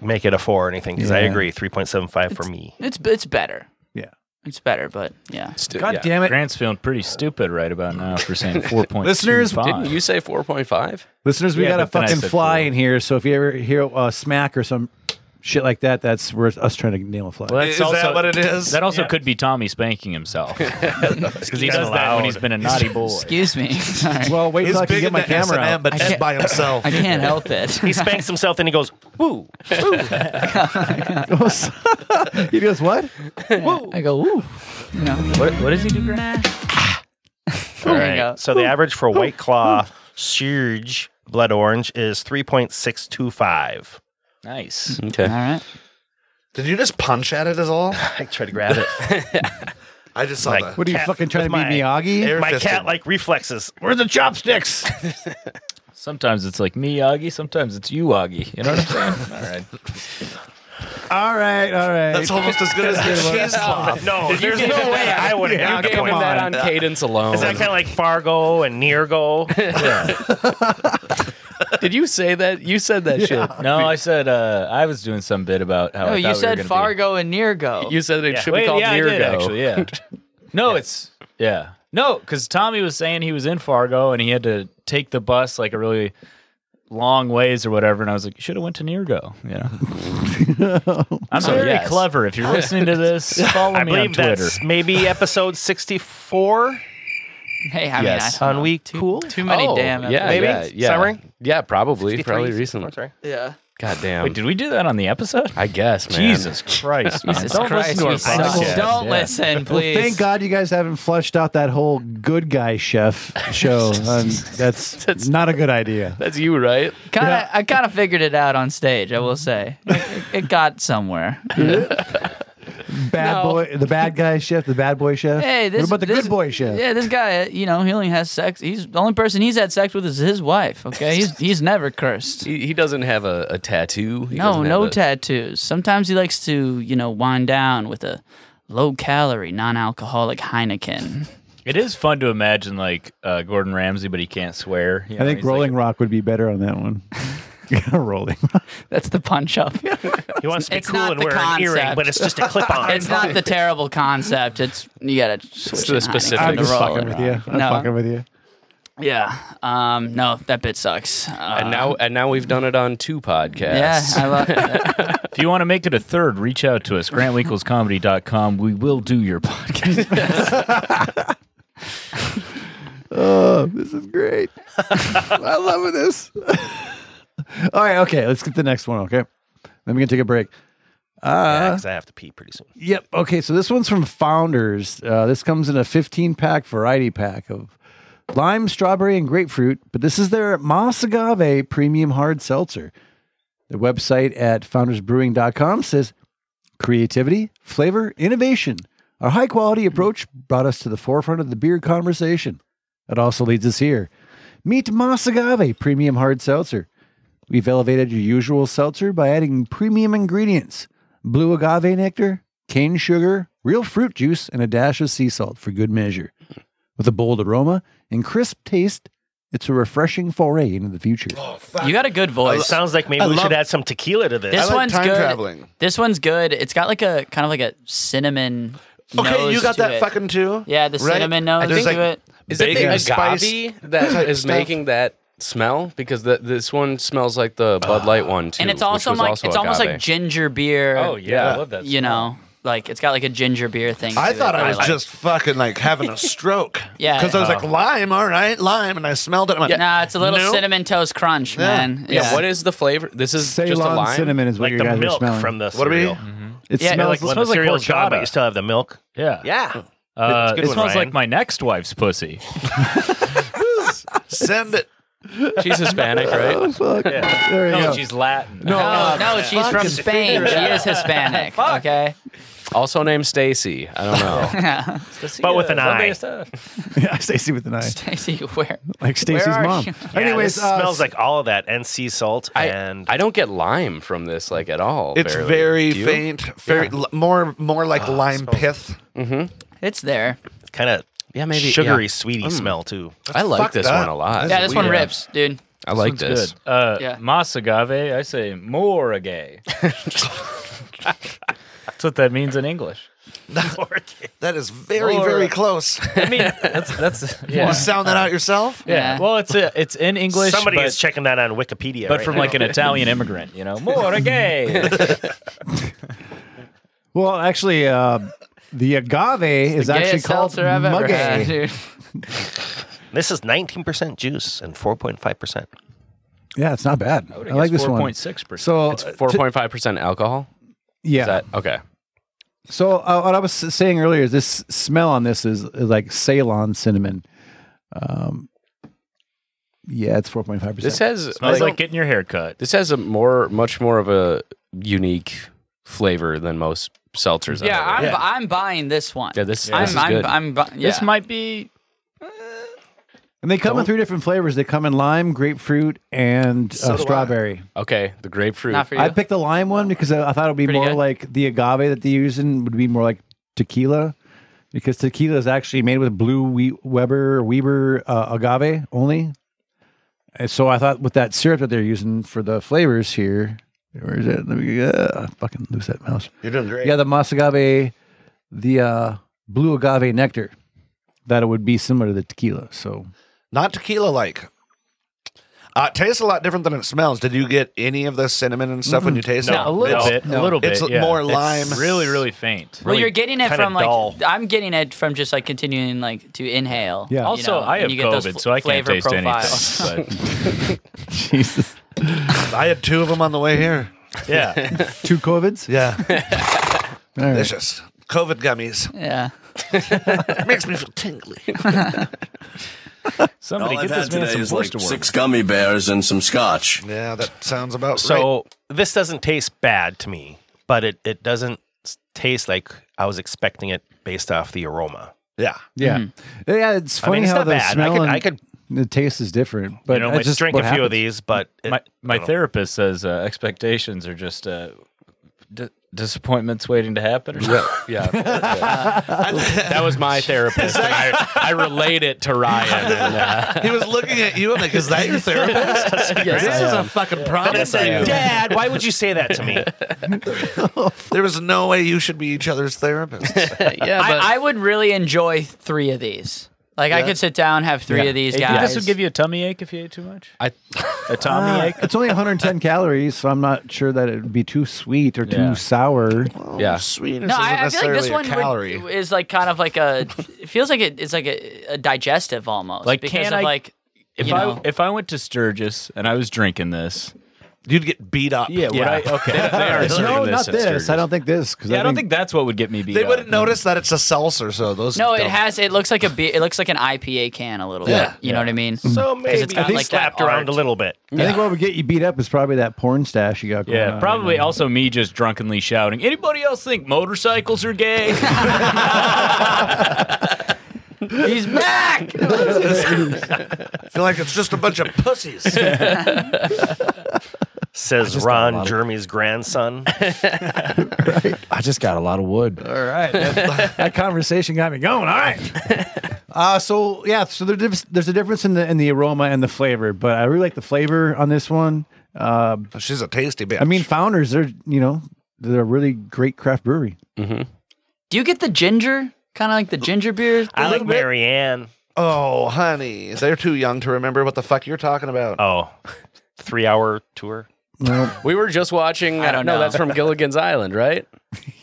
Speaker 4: Make it a four or anything because I
Speaker 1: Yeah.
Speaker 4: agree. 3.75 for me.
Speaker 5: It's it's better.
Speaker 1: Yeah.
Speaker 5: It's better, but yeah.
Speaker 1: God damn it.
Speaker 7: Grant's feeling pretty stupid right about now for saying four point.
Speaker 1: Listeners,
Speaker 8: Didn't (laughs) you say four point five?
Speaker 1: Listeners, we
Speaker 7: Yeah,
Speaker 1: got a
Speaker 7: but then I
Speaker 1: fucking
Speaker 7: said
Speaker 1: fly
Speaker 7: four.
Speaker 1: in here. So if you ever hear uh, smack or some shit like that, that's where it's us trying to nail a fly.
Speaker 7: Well, that's
Speaker 9: Is that what it is?
Speaker 7: That also could be Tommy spanking himself because he does that when he's been a naughty boy.
Speaker 5: Excuse me. Sorry.
Speaker 1: Well, wait
Speaker 9: He's
Speaker 1: till I can
Speaker 9: big
Speaker 1: get
Speaker 9: in
Speaker 1: my
Speaker 9: the
Speaker 1: camera
Speaker 9: S&M,
Speaker 1: out.
Speaker 9: but just
Speaker 5: can't-
Speaker 9: by himself.
Speaker 5: I can't help it.
Speaker 4: He spanks himself, then he
Speaker 7: (laughs)
Speaker 4: goes, woo.
Speaker 1: (laughs) he goes, what?
Speaker 5: I go, ooh. You know. What, what does he do, Grant?
Speaker 4: All
Speaker 5: There you
Speaker 4: right.
Speaker 5: go.
Speaker 4: So the average for White Claw Surge Blood Orange is 3.625.
Speaker 7: Nice.
Speaker 5: All
Speaker 8: Okay.
Speaker 5: right.
Speaker 9: Did you just punch at it at all?
Speaker 4: I try to grab it.
Speaker 6: (laughs)
Speaker 9: I just saw
Speaker 4: Like-
Speaker 9: that.
Speaker 1: What are you
Speaker 4: Cat
Speaker 1: fucking trying to be
Speaker 4: with my
Speaker 1: Miyagi?
Speaker 9: air
Speaker 4: My
Speaker 9: fisted.
Speaker 4: cat like reflexes. Where's the chopsticks?
Speaker 7: Sometimes it's like me, Augie. Sometimes it's you, Augie. You know what I'm saying? All right.
Speaker 1: All right, all right.
Speaker 9: That's almost as good as the cheese cloth.
Speaker 3: (laughs)
Speaker 4: no, there's no way I would have
Speaker 8: Gave
Speaker 4: that
Speaker 8: him
Speaker 4: one.
Speaker 8: that on cadence alone.
Speaker 4: Is that kind of like Fargo and Nirgo?
Speaker 8: Did you say that? You said that shit.
Speaker 7: No, I said uh, I was doing some bit about
Speaker 5: No,
Speaker 7: how. I thought
Speaker 5: you
Speaker 7: we were
Speaker 5: said
Speaker 7: gonna be-
Speaker 5: Fargo and Neargo.
Speaker 8: You said it should be
Speaker 7: Wait,
Speaker 8: called
Speaker 7: yeah, I
Speaker 8: Nirgo.
Speaker 7: did, actually, yeah. No, it's yeah. No, because Tommy was saying he was in Fargo and he had to take the bus like a really long ways or whatever, and I was like, you should have went to Nirgo. Yeah. I'm very
Speaker 8: yes.
Speaker 7: clever. If you're listening to this, follow
Speaker 4: I
Speaker 7: me on
Speaker 4: believe
Speaker 7: Twitter.
Speaker 4: that's maybe episode 64
Speaker 5: hey, I mean,
Speaker 8: Yes.
Speaker 5: I,
Speaker 4: on week cool.
Speaker 5: too many
Speaker 8: Oh,
Speaker 5: damn
Speaker 8: yeah,
Speaker 5: episodes.
Speaker 8: yeah, yeah.
Speaker 4: Summary?
Speaker 8: Yeah, probably,
Speaker 4: 63.
Speaker 8: probably recently.
Speaker 4: I'm sorry.
Speaker 5: Yeah.
Speaker 8: God damn.
Speaker 7: Wait, did we do that on the episode?
Speaker 8: I guess, man.
Speaker 7: Jesus
Speaker 8: (laughs)
Speaker 7: Christ, man.
Speaker 3: Uh,
Speaker 5: Jesus
Speaker 7: Don't
Speaker 5: Christ,
Speaker 7: listen to
Speaker 5: we
Speaker 7: our
Speaker 5: suck.
Speaker 7: podcast.
Speaker 5: Don't
Speaker 7: Yeah.
Speaker 5: listen,
Speaker 1: Well,
Speaker 5: please.
Speaker 1: thank God you guys haven't flushed out that whole good guy chef show. Um, that's, not a good idea.
Speaker 8: That's you, right?
Speaker 5: Kinda, I kind of figured it out on stage. I will say, it, it got somewhere.
Speaker 1: bad
Speaker 5: No.
Speaker 1: boy, the bad guy chef, the bad boy chef.
Speaker 5: Hey, this
Speaker 1: what about the
Speaker 5: this-
Speaker 1: good boy chef?
Speaker 5: Yeah, this guy, you know, he only has sex. He's the only person he's had sex with is his wife. Okay, he's he's never cursed.
Speaker 8: He, he doesn't have a, a tattoo. He
Speaker 5: no,
Speaker 8: doesn't have
Speaker 5: no
Speaker 8: a-
Speaker 5: tattoos. Sometimes he likes to, you know, wind down with a low calorie, non alcoholic Heineken.
Speaker 3: It is fun to imagine like uh, Gordon Ramsay, but he can't swear. You
Speaker 12: I
Speaker 3: know,
Speaker 12: think
Speaker 3: he's like-
Speaker 12: Rolling Rock would be better on that one. rolling.
Speaker 5: That's the punch up. (laughs)
Speaker 3: he wants to be
Speaker 5: It's
Speaker 3: cool
Speaker 5: not
Speaker 3: and
Speaker 5: the
Speaker 3: wear an earring,
Speaker 5: concept.
Speaker 3: but it's just a clip on.
Speaker 5: (laughs) It's not the terrible concept. It's you gotta switch
Speaker 8: the
Speaker 5: it, honey,
Speaker 8: specifics.
Speaker 5: from
Speaker 8: I'm
Speaker 5: the
Speaker 8: just
Speaker 5: roll.
Speaker 1: fucking with you. I'm
Speaker 5: No.
Speaker 1: fucking with you.
Speaker 5: Yeah. Um. No, that bit sucks. Uh,
Speaker 8: And now, and now we've done it on
Speaker 5: Yeah.
Speaker 8: two podcasts.
Speaker 5: I
Speaker 6: (laughs)
Speaker 5: love that.
Speaker 3: If you want to make it a third, reach out to us, grantwinkelscomedy.com. We will do your podcast. (laughs)
Speaker 1: Oh, this is (laughs) great. I love this. All right, okay, let's get the next one, okay? Then we can take a break.
Speaker 4: Because I have to pee pretty soon.
Speaker 1: Yep. Okay, so this one's from Founders. Uh, this comes in a 15 pack variety pack of lime, strawberry, and grapefruit, but this is their Moss Agave Premium Hard Seltzer. The website at foundersbrewing.com says creativity, flavor, innovation. Our high quality approach brought us to the forefront of the beer conversation. It also leads us here. Meet Moss Agave Premium Hard Seltzer. We've elevated your usual seltzer by adding premium ingredients blue agave nectar, cane sugar, real fruit juice, and a dash of sea salt for good measure. With a bold aroma and crisp taste, it's a refreshing foray into the future.
Speaker 5: you got a good
Speaker 3: it
Speaker 5: voice.
Speaker 3: sounds like maybe
Speaker 6: I
Speaker 3: we
Speaker 6: love-
Speaker 3: should add some tequila to this.
Speaker 5: This
Speaker 6: I like
Speaker 5: one's
Speaker 6: time
Speaker 5: good.
Speaker 6: traveling.
Speaker 5: This one's good. It's got like a kind of like a cinnamon.
Speaker 6: Okay,
Speaker 5: nose
Speaker 6: you got
Speaker 5: to
Speaker 6: that
Speaker 5: it.
Speaker 6: fucking too.
Speaker 5: Yeah, the
Speaker 6: right?
Speaker 5: cinnamon nose
Speaker 6: There's
Speaker 5: to
Speaker 6: like-
Speaker 5: it.
Speaker 8: Is it the
Speaker 6: Bacon,
Speaker 8: agave
Speaker 6: spice
Speaker 8: that
Speaker 6: type
Speaker 8: is
Speaker 6: stuff.
Speaker 8: making that smell? Because the, this one smells like the Bud Light one too.
Speaker 5: and it's
Speaker 8: which
Speaker 5: also
Speaker 8: was
Speaker 5: like
Speaker 8: also
Speaker 5: it's almost
Speaker 8: agave.
Speaker 5: like ginger beer.
Speaker 3: oh, yeah,
Speaker 6: Yeah.
Speaker 3: I love that.
Speaker 5: you know, like it's got like a ginger beer thing.
Speaker 6: I
Speaker 5: to
Speaker 6: thought
Speaker 5: it
Speaker 6: I
Speaker 5: that
Speaker 6: was
Speaker 5: like.
Speaker 6: just fucking like having a stroke.
Speaker 5: (laughs) Yeah.
Speaker 6: Because I was like, lime, all right, lime. And I smelled it. I'm like,
Speaker 5: Nah, it's a little
Speaker 6: no.
Speaker 5: cinnamon toast crunch, man.
Speaker 8: yeah. What is the flavor? This is just a
Speaker 12: Ceylon
Speaker 8: lime.
Speaker 12: cinnamon is what
Speaker 3: Like
Speaker 12: you guys
Speaker 3: the
Speaker 12: are
Speaker 3: milk
Speaker 12: smelling.
Speaker 3: from the
Speaker 6: What do we-
Speaker 3: cereal.
Speaker 12: it
Speaker 5: Yeah,
Speaker 12: smells
Speaker 3: Like when
Speaker 12: smells
Speaker 3: the
Speaker 12: like
Speaker 3: cereal's gone, but
Speaker 12: horchata.
Speaker 3: you still have the milk.
Speaker 7: Yeah.
Speaker 4: Yeah.
Speaker 3: Uh,
Speaker 8: good
Speaker 3: it
Speaker 8: one,
Speaker 3: smells
Speaker 8: Ryan.
Speaker 3: like my next wife's pussy.
Speaker 6: Send it.
Speaker 8: She's
Speaker 1: (laughs)
Speaker 8: Hispanic, right?
Speaker 1: Fuck. There you go.
Speaker 3: she's Latin. (laughs)
Speaker 5: No, no, she's from Spain. She is Hispanic. okay. (laughs)
Speaker 8: also named Stacy. I
Speaker 3: (laughs)
Speaker 8: don't know.
Speaker 3: But with an eye.
Speaker 12: yeah,
Speaker 1: (laughs)
Speaker 12: Stacy with an eye,
Speaker 5: Stacy, where?
Speaker 12: like Stacy's
Speaker 5: are
Speaker 12: mom.
Speaker 5: you?
Speaker 3: Yeah,
Speaker 12: Anyways,
Speaker 3: this
Speaker 12: uh,
Speaker 3: smells like all of that and sea salt and
Speaker 8: I don't get lime from this like at all.
Speaker 6: It's
Speaker 8: barely.
Speaker 6: very
Speaker 8: Do you?
Speaker 6: faint, very l- more more like lime pith.
Speaker 5: It's there.
Speaker 3: kind of
Speaker 8: Yeah, maybe yeah.
Speaker 3: sugary sweetie smell too.
Speaker 8: I like
Speaker 6: Fuck
Speaker 8: this
Speaker 6: that.
Speaker 8: one a lot.
Speaker 5: Yeah, this one
Speaker 8: Weird.
Speaker 5: rips, dude.
Speaker 8: I like this.
Speaker 3: Good. Uh,
Speaker 5: Yeah.
Speaker 3: Mas agave, I say more agave. that's what that means in English.
Speaker 6: That is very,
Speaker 5: (laughs)
Speaker 6: very close.
Speaker 3: I mean, that's that's
Speaker 6: You
Speaker 3: yeah.
Speaker 6: sound that out yourself?
Speaker 5: Yeah.
Speaker 3: Well, it's a, it's in English.
Speaker 4: Somebody
Speaker 3: but,
Speaker 4: is checking that on Wikipedia.
Speaker 3: but
Speaker 4: right
Speaker 3: from
Speaker 4: now.
Speaker 3: like an
Speaker 4: (laughs)
Speaker 3: Italian immigrant, you know, more agave.
Speaker 12: well, actually, uh, the agave is actually
Speaker 5: Gayest
Speaker 12: called
Speaker 5: seltzer I've ever had,
Speaker 12: mugay.
Speaker 5: dude.
Speaker 4: This is 19% juice and 4.5%.
Speaker 12: Yeah, it's not bad. I, like this one.
Speaker 3: 4.6%.
Speaker 12: So uh,
Speaker 8: Four point five percent alcohol.
Speaker 12: yeah.
Speaker 8: Is that okay?
Speaker 12: So uh, what I was saying earlier is this smell on this is, is like Ceylon cinnamon. Um, yeah, it's four point five
Speaker 8: This
Speaker 12: percent.
Speaker 8: has
Speaker 3: I was
Speaker 8: like,
Speaker 3: like getting your hair cut.
Speaker 8: this has a more much more of a unique flavor than most seltzers. I've
Speaker 5: Yeah,
Speaker 8: ever had.
Speaker 5: I'm, I'm buying this one.
Speaker 8: Yeah, this-
Speaker 5: I'm,
Speaker 8: this is
Speaker 5: I'm,
Speaker 8: good.
Speaker 5: I'm, bu- yeah.
Speaker 3: This might be
Speaker 12: And they come in three different flavors. They come in lime, grapefruit, and uh, strawberry.
Speaker 8: okay. The grapefruit.
Speaker 5: not for you.
Speaker 12: I picked the lime one because I, I thought it would be
Speaker 5: Pretty
Speaker 12: more
Speaker 5: good.
Speaker 12: like the agave that they use in would be more like tequila, because tequila is actually made with blue we- Weber Weber uh, agave only. And so I thought with that syrup that they're using for the flavors here, where is it? Let me uh, fucking lose that mouse.
Speaker 6: You're doing great.
Speaker 12: Yeah, the mas agave, the uh, blue agave nectar, that it would be similar to the tequila. So
Speaker 6: Not tequila like. Uh, it tastes a lot different than it smells. Did you get any of the cinnamon and stuff when you taste it?
Speaker 3: a little
Speaker 6: It's-
Speaker 3: bit, a little bit.
Speaker 6: It's
Speaker 3: yeah.
Speaker 6: more
Speaker 3: It's
Speaker 6: lime.
Speaker 3: really, really faint.
Speaker 5: well,
Speaker 3: Really
Speaker 5: you're getting it
Speaker 3: kinda
Speaker 5: from like
Speaker 3: dull.
Speaker 5: I'm getting it from just like continuing like to inhale.
Speaker 12: Yeah.
Speaker 5: you
Speaker 3: Also,
Speaker 5: know,
Speaker 3: I
Speaker 5: and
Speaker 3: have
Speaker 5: you get those
Speaker 3: COVID,
Speaker 5: fl-
Speaker 3: so I can't
Speaker 5: flavor
Speaker 3: taste
Speaker 7: (laughs)
Speaker 5: profiles.
Speaker 3: (laughs) anything.
Speaker 12: Jesus,
Speaker 6: I had two of them on the way here.
Speaker 3: but-
Speaker 4: (laughs)
Speaker 3: yeah,
Speaker 12: two covids.
Speaker 5: (laughs)
Speaker 6: Yeah.
Speaker 12: All right.
Speaker 6: Delicious. COVID gummies.
Speaker 5: Yeah.
Speaker 6: Makes me feel tingly.
Speaker 3: somebody get this man some Worcester worm.
Speaker 13: gummy bears and some scotch.
Speaker 6: Yeah, that sounds about right.
Speaker 4: So this doesn't taste bad to me, but it, it doesn't s- taste like I was expecting it based off the aroma.
Speaker 6: Yeah.
Speaker 1: Yeah, yeah. It's
Speaker 4: Mm-hmm. I mean,
Speaker 1: funny
Speaker 4: it's
Speaker 1: how
Speaker 4: not
Speaker 1: the
Speaker 4: bad. I
Speaker 1: smell
Speaker 4: could-
Speaker 1: and
Speaker 4: I could-
Speaker 1: the taste is different. But
Speaker 4: But you know,
Speaker 1: that's
Speaker 4: might
Speaker 1: just
Speaker 4: drink a
Speaker 1: what
Speaker 4: few of
Speaker 1: happens.
Speaker 4: these, but it-
Speaker 7: my my
Speaker 4: I
Speaker 3: Oh.
Speaker 4: don't know.
Speaker 7: therapist says uh, expectations are just uh, d- disappointments waiting to happen. Or something. (laughs)
Speaker 3: (laughs)
Speaker 8: Yeah. that was my therapist. and I, I relate it to Ryan. And, uh,
Speaker 14: He was looking at you. I'm like, is that your
Speaker 5: (laughs)
Speaker 14: therapist?
Speaker 8: Yes,
Speaker 14: this
Speaker 8: I
Speaker 14: is a
Speaker 8: am.
Speaker 14: fucking problem.
Speaker 4: It's like, Dad, why would you say that to (laughs) me?
Speaker 14: There was no way you should be each other's
Speaker 5: (laughs)
Speaker 14: therapist.
Speaker 8: yeah, but
Speaker 5: I, I would really enjoy three of these. Like I could sit down, have three of these
Speaker 7: Hey,
Speaker 5: guys.
Speaker 7: This would give you a tummy ache if you ate too much.
Speaker 8: I,
Speaker 3: Ah.
Speaker 7: A tummy ache.
Speaker 1: Ah, It's only
Speaker 4: (laughs)
Speaker 1: 110 calories, so I'm not sure that it'd be too sweet or too
Speaker 7: Yeah.
Speaker 1: sour.
Speaker 3: Oh.
Speaker 8: yeah.
Speaker 14: Sweetness
Speaker 5: no,
Speaker 14: isn't
Speaker 5: I, I feel like
Speaker 14: necessarily
Speaker 5: this
Speaker 14: a
Speaker 5: one
Speaker 14: calorie.
Speaker 5: would, is like kind of like a. It feels like it, it's like a, a digestive almost.
Speaker 7: Like,
Speaker 5: because
Speaker 7: can
Speaker 5: of
Speaker 7: I-
Speaker 5: like
Speaker 7: If
Speaker 5: you
Speaker 7: I
Speaker 5: know.
Speaker 7: if I went to Sturgis and I was drinking this,
Speaker 14: You'd get beat up.
Speaker 7: yeah, would I?
Speaker 3: (laughs)
Speaker 7: Okay, they, are serving
Speaker 1: No,
Speaker 7: this
Speaker 1: not
Speaker 7: at
Speaker 1: this.
Speaker 7: Sturgis.
Speaker 1: I don't think this. Cause
Speaker 7: Yeah, I don't think that's what would get me beat
Speaker 14: They
Speaker 7: up.
Speaker 14: wouldn't notice that it's a seltzer, so those.
Speaker 5: no, it
Speaker 14: don't.
Speaker 5: has. It looks like a beer. It looks like an IPA can a little
Speaker 14: Yeah.
Speaker 5: bit. You know what I mean?
Speaker 4: So
Speaker 5: it's
Speaker 4: maybe
Speaker 5: got
Speaker 4: he
Speaker 5: like that
Speaker 4: slapped around
Speaker 5: art.
Speaker 4: a little bit.
Speaker 1: I think what would get you beat up is probably that porn stash you got going
Speaker 7: Yeah,
Speaker 1: on.
Speaker 7: probably also me just drunkenly shouting. Anybody else think motorcycles are (laughs) gay?
Speaker 5: He's back.
Speaker 14: I feel like it's just a bunch of pussies.
Speaker 4: Says Ron Jeremy's grandson.
Speaker 8: I just got a lot of wood.
Speaker 1: All (laughs) right.
Speaker 4: (laughs)
Speaker 1: That, that conversation got me going. All right. Uh, so yeah, so there, there's a difference in the in the aroma and the flavor, but I really like the flavor on this one. Uh,
Speaker 14: She's a tasty bitch.
Speaker 1: I mean, founders, they're you know they're a really great craft brewery.
Speaker 5: Do you get the ginger? Kind of like the ginger beer.
Speaker 4: I like Marianne.
Speaker 6: Oh, honey. They're too young to remember what the fuck you're talking about.
Speaker 4: Oh, three hour tour.
Speaker 8: We were just watching. uh,
Speaker 5: I don't
Speaker 8: No,
Speaker 5: know.
Speaker 8: that's from Gilligan's Island, right?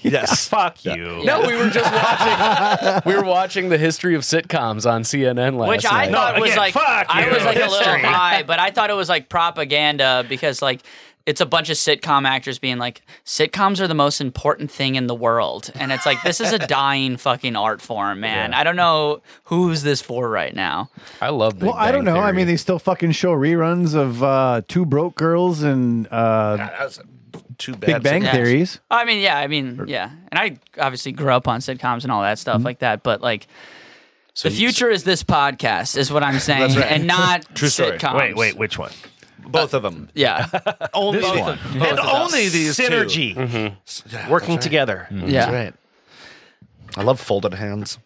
Speaker 14: yes.
Speaker 4: Fuck you.
Speaker 8: No, we were just watching. we were watching the history of sitcoms on CNN last
Speaker 5: Which I
Speaker 8: night.
Speaker 5: thought was
Speaker 4: again,
Speaker 5: like
Speaker 4: fuck
Speaker 5: I
Speaker 4: you.
Speaker 5: was like a little
Speaker 4: History.
Speaker 5: high, but I thought it was like propaganda because like it's a bunch of sitcom actors being like sitcoms are the most important thing in the world, and it's like this
Speaker 4: (laughs)
Speaker 5: is a dying fucking art form, man. I don't know who's this for right now.
Speaker 8: I love. Big
Speaker 1: Well, I don't
Speaker 8: Bang
Speaker 1: know. I
Speaker 8: Theory.
Speaker 1: mean, they still fucking show reruns of uh, Two Broke Girls and uh,
Speaker 14: That was too bad.
Speaker 1: Big Bang
Speaker 5: yeah.
Speaker 1: Theories.
Speaker 5: I mean, yeah, I mean, yeah, and I obviously grew up on sitcoms and all
Speaker 4: Mm-hmm.
Speaker 5: that stuff like that, but like. the future is this podcast, is
Speaker 4: (laughs)
Speaker 5: what I'm saying, and not sitcoms.
Speaker 4: Wait, wait, which one?
Speaker 6: Both of them.
Speaker 4: (laughs)
Speaker 5: yeah,
Speaker 14: Only
Speaker 6: Both
Speaker 14: one. And only these two.
Speaker 4: Synergy. Mm-hmm. Working together.
Speaker 5: yeah.
Speaker 14: Right.
Speaker 6: I love folded hands.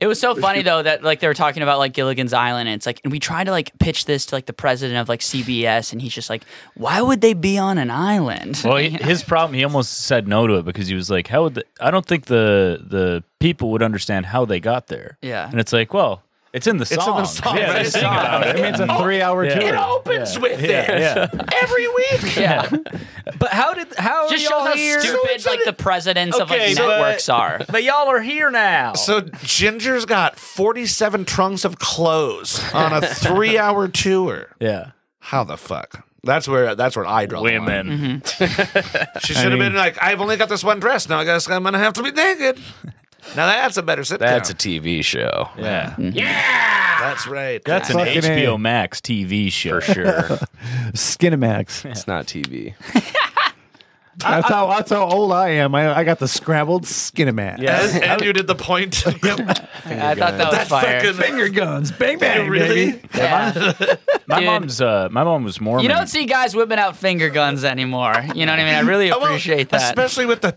Speaker 5: It was so funny though that like they were talking about like Gilligan's Island and it's like and we tried to like pitch this to like the president of like CBS and he's just like why would they be on an island?
Speaker 7: well, he, his problem. He almost said no to it because he was like, "How would the, I don't think the the people would understand how they got there."
Speaker 5: Yeah.
Speaker 7: and it's like, well, it's in the song.
Speaker 14: in the song,
Speaker 7: Yeah,
Speaker 14: right?
Speaker 7: they sing about it.
Speaker 1: I mean, it's a three-hour
Speaker 7: yeah.
Speaker 1: tour.
Speaker 7: It
Speaker 14: opens with
Speaker 7: Yeah, yeah.
Speaker 14: every week.
Speaker 5: (laughs)
Speaker 6: (laughs)
Speaker 5: yeah.
Speaker 7: (laughs) But how did how
Speaker 5: Just
Speaker 7: are
Speaker 5: shows
Speaker 7: y'all
Speaker 5: how
Speaker 7: here?
Speaker 5: stupid like the presidents of
Speaker 7: Okay,
Speaker 5: like
Speaker 7: but-
Speaker 14: (laughs)
Speaker 5: networks are.
Speaker 7: (laughs) But y'all are here now.
Speaker 14: So
Speaker 6: Ginger's got 47 trunks of clothes on a three hour tour.
Speaker 7: yeah,
Speaker 6: How the fuck? That's where that's where I draw the line.
Speaker 14: Mm-hmm.
Speaker 6: (laughs) She should have
Speaker 1: mean-
Speaker 6: been like, I've only got this one dress. Now I guess I'm gonna have to be naked. Now that's a better sitcom.
Speaker 8: that's a TV show.
Speaker 7: yeah.
Speaker 6: that's right.
Speaker 7: That's an
Speaker 1: Fucking A.
Speaker 7: HBO Max TV show for
Speaker 5: (laughs)
Speaker 7: sure.
Speaker 1: Skinemax.
Speaker 8: It's not TV.
Speaker 1: That's how that's how old I am. I, I got the scrambled Skinemax. Yeah.
Speaker 14: and, and you did the point.
Speaker 5: I thought that was fire.
Speaker 1: Finger guns, bang bang,
Speaker 14: really?
Speaker 1: baby.
Speaker 5: Yeah.
Speaker 7: my
Speaker 5: Dude.
Speaker 7: mom's uh, my mom was Mormon.
Speaker 5: You don't see guys whipping out finger guns anymore. You know what I mean? I really appreciate that.
Speaker 14: Especially with the,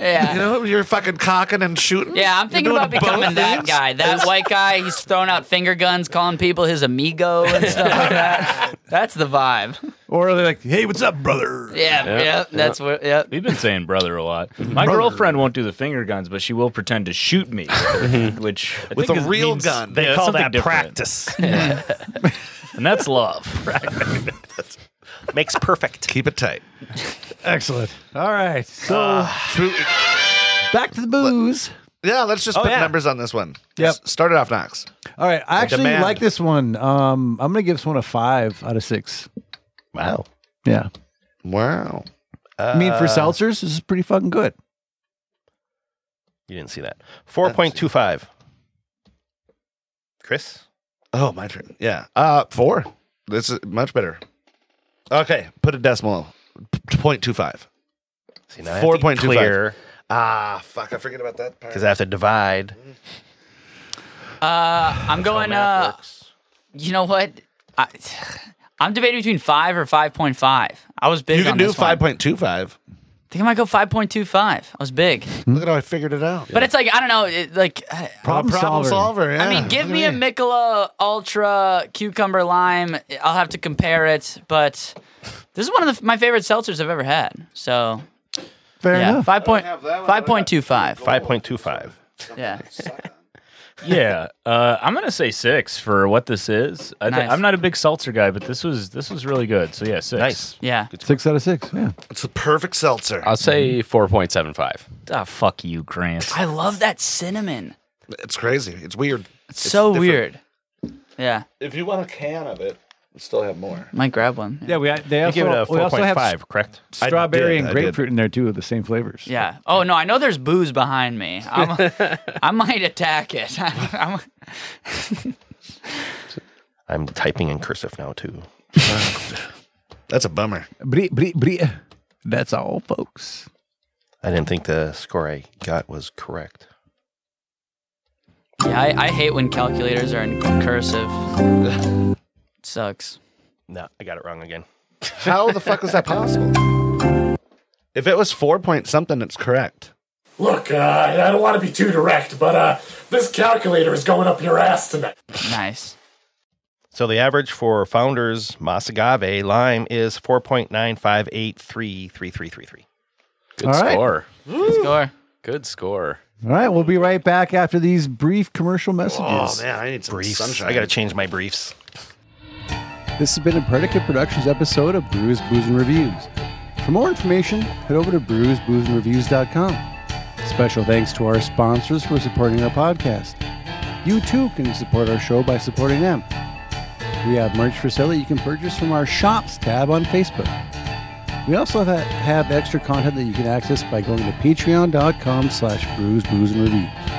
Speaker 5: yeah.
Speaker 14: you know, you're fucking cocking and shooting.
Speaker 5: Yeah, I'm thinking
Speaker 14: doing
Speaker 5: about becoming
Speaker 14: both
Speaker 5: that
Speaker 14: things?
Speaker 5: guy. That white guy, he's throwing out finger guns, calling people his amigo and stuff
Speaker 14: (laughs)
Speaker 5: like that. That's the vibe.
Speaker 1: Or they're like, hey, what's up, brother?
Speaker 5: Yeah, yeah, that's what. Yeah,
Speaker 7: We've been saying brother a lot. My girlfriend won't do the finger guns, but she will pretend to shoot me, which I
Speaker 14: With
Speaker 7: think
Speaker 14: a
Speaker 7: is-
Speaker 14: real
Speaker 7: means-
Speaker 14: gun.
Speaker 4: They
Speaker 7: Yeah,
Speaker 4: call
Speaker 7: something
Speaker 4: that
Speaker 7: different.
Speaker 4: (laughs) practice.
Speaker 7: and that's love.
Speaker 4: Makes perfect.
Speaker 14: Keep it tight.
Speaker 1: Excellent. All right. So
Speaker 6: Ah.
Speaker 1: back to the booze.
Speaker 6: yeah, let's just put
Speaker 4: yeah.
Speaker 6: numbers on this one.
Speaker 1: Yep.
Speaker 6: S- Start it off Knox.
Speaker 1: All right. I actually
Speaker 6: demand.
Speaker 1: like this one. Um, I'm gonna give this one a five out of six.
Speaker 6: Wow.
Speaker 1: Yeah.
Speaker 6: Wow.
Speaker 1: I mean, for seltzers, this is pretty fucking good.
Speaker 4: You didn't see that. 4.25. Chris?
Speaker 6: Oh, my turn. Yeah. Uh four. This is much better. Okay, put a decimal. Point two five.
Speaker 4: See, now I have to
Speaker 6: Four
Speaker 4: be
Speaker 6: point two five.
Speaker 4: clear.
Speaker 6: Ah, fuck! I forget about that part.
Speaker 4: because I have to divide.
Speaker 5: Uh, I'm going. Uh, you know what? I, (sighs) I'm debating between five or five point five. I was big.
Speaker 6: You can
Speaker 5: on
Speaker 6: do
Speaker 5: this one.
Speaker 6: five point two five.
Speaker 5: I think I might go five point two five. I was big,
Speaker 9: Look at how I figured it out.
Speaker 5: but it's like I don't know. It,
Speaker 6: (sighs)
Speaker 5: like I-
Speaker 9: Problem,
Speaker 12: solver.
Speaker 9: yeah.
Speaker 5: I mean, give me a Michelob Ultra Cucumber Lime. I'll have to compare it, but this is one of the, my favorite seltzers I've ever had. So
Speaker 12: Fair
Speaker 5: yeah,
Speaker 12: enough.
Speaker 5: five point five point two five.
Speaker 4: 5.25.
Speaker 5: Yeah,
Speaker 3: yeah, uh, I'm gonna say six for what this is. I thi-
Speaker 5: Nice.
Speaker 3: I'm not a big seltzer guy, but this was this was really good. So yeah, six.
Speaker 4: Nice.
Speaker 5: yeah.
Speaker 12: Six out of six. Yeah.
Speaker 6: It's the perfect seltzer.
Speaker 8: I'll say 4.75.
Speaker 3: Ah, fuck you, Grant.
Speaker 5: I love that cinnamon.
Speaker 6: It's crazy. It's weird.
Speaker 5: It's, so weird. Yeah,
Speaker 6: If you want a can of it, we still have more.
Speaker 5: might grab one. Yeah.
Speaker 12: Yeah, we they
Speaker 2: You
Speaker 12: also,
Speaker 2: give it a
Speaker 12: we also have
Speaker 2: 4.5, correct?
Speaker 12: s- strawberry
Speaker 6: did,
Speaker 12: and
Speaker 6: I did.
Speaker 12: grapefruit in there too, of the same flavors.
Speaker 5: Yeah. Oh no, I know there's booze behind me. I'm, I might attack it. (laughs) I'm,
Speaker 4: I'm typing in cursive now, too.
Speaker 6: That's a bummer.
Speaker 12: Bree, bree, bree. That's all, folks.
Speaker 4: I didn't think the score I got was correct.
Speaker 5: yeah, I, I hate when calculators are in cursive. Sucks.
Speaker 4: No, I got it wrong again.
Speaker 6: How the fuck is that possible? If it was four point something, it's correct.
Speaker 13: Look, uh, I don't want to be too direct, but uh, this calculator is going up your ass tonight.
Speaker 5: Nice.
Speaker 4: So the average for Founders Masagave Lime is 4.9583333.
Speaker 8: Good
Speaker 12: All right.
Speaker 8: score.
Speaker 5: Score.
Speaker 8: Good score.
Speaker 12: All right, we'll be right back after these brief commercial messages.
Speaker 6: Oh man, I need some
Speaker 4: Briefs.
Speaker 6: sunshine.
Speaker 4: I got to change my briefs.
Speaker 1: This has been a Predicate Productions episode of Brews, Booze, and Reviews. For more information, head over to brewsboozereviews.com. Special thanks to our sponsors for supporting our podcast. You too can support our show by supporting them. We have merch for sale that you can purchase from our Shops tab on Facebook. We also have, have extra content that you can access by going to patreon.com slash brews, booze, and reviews.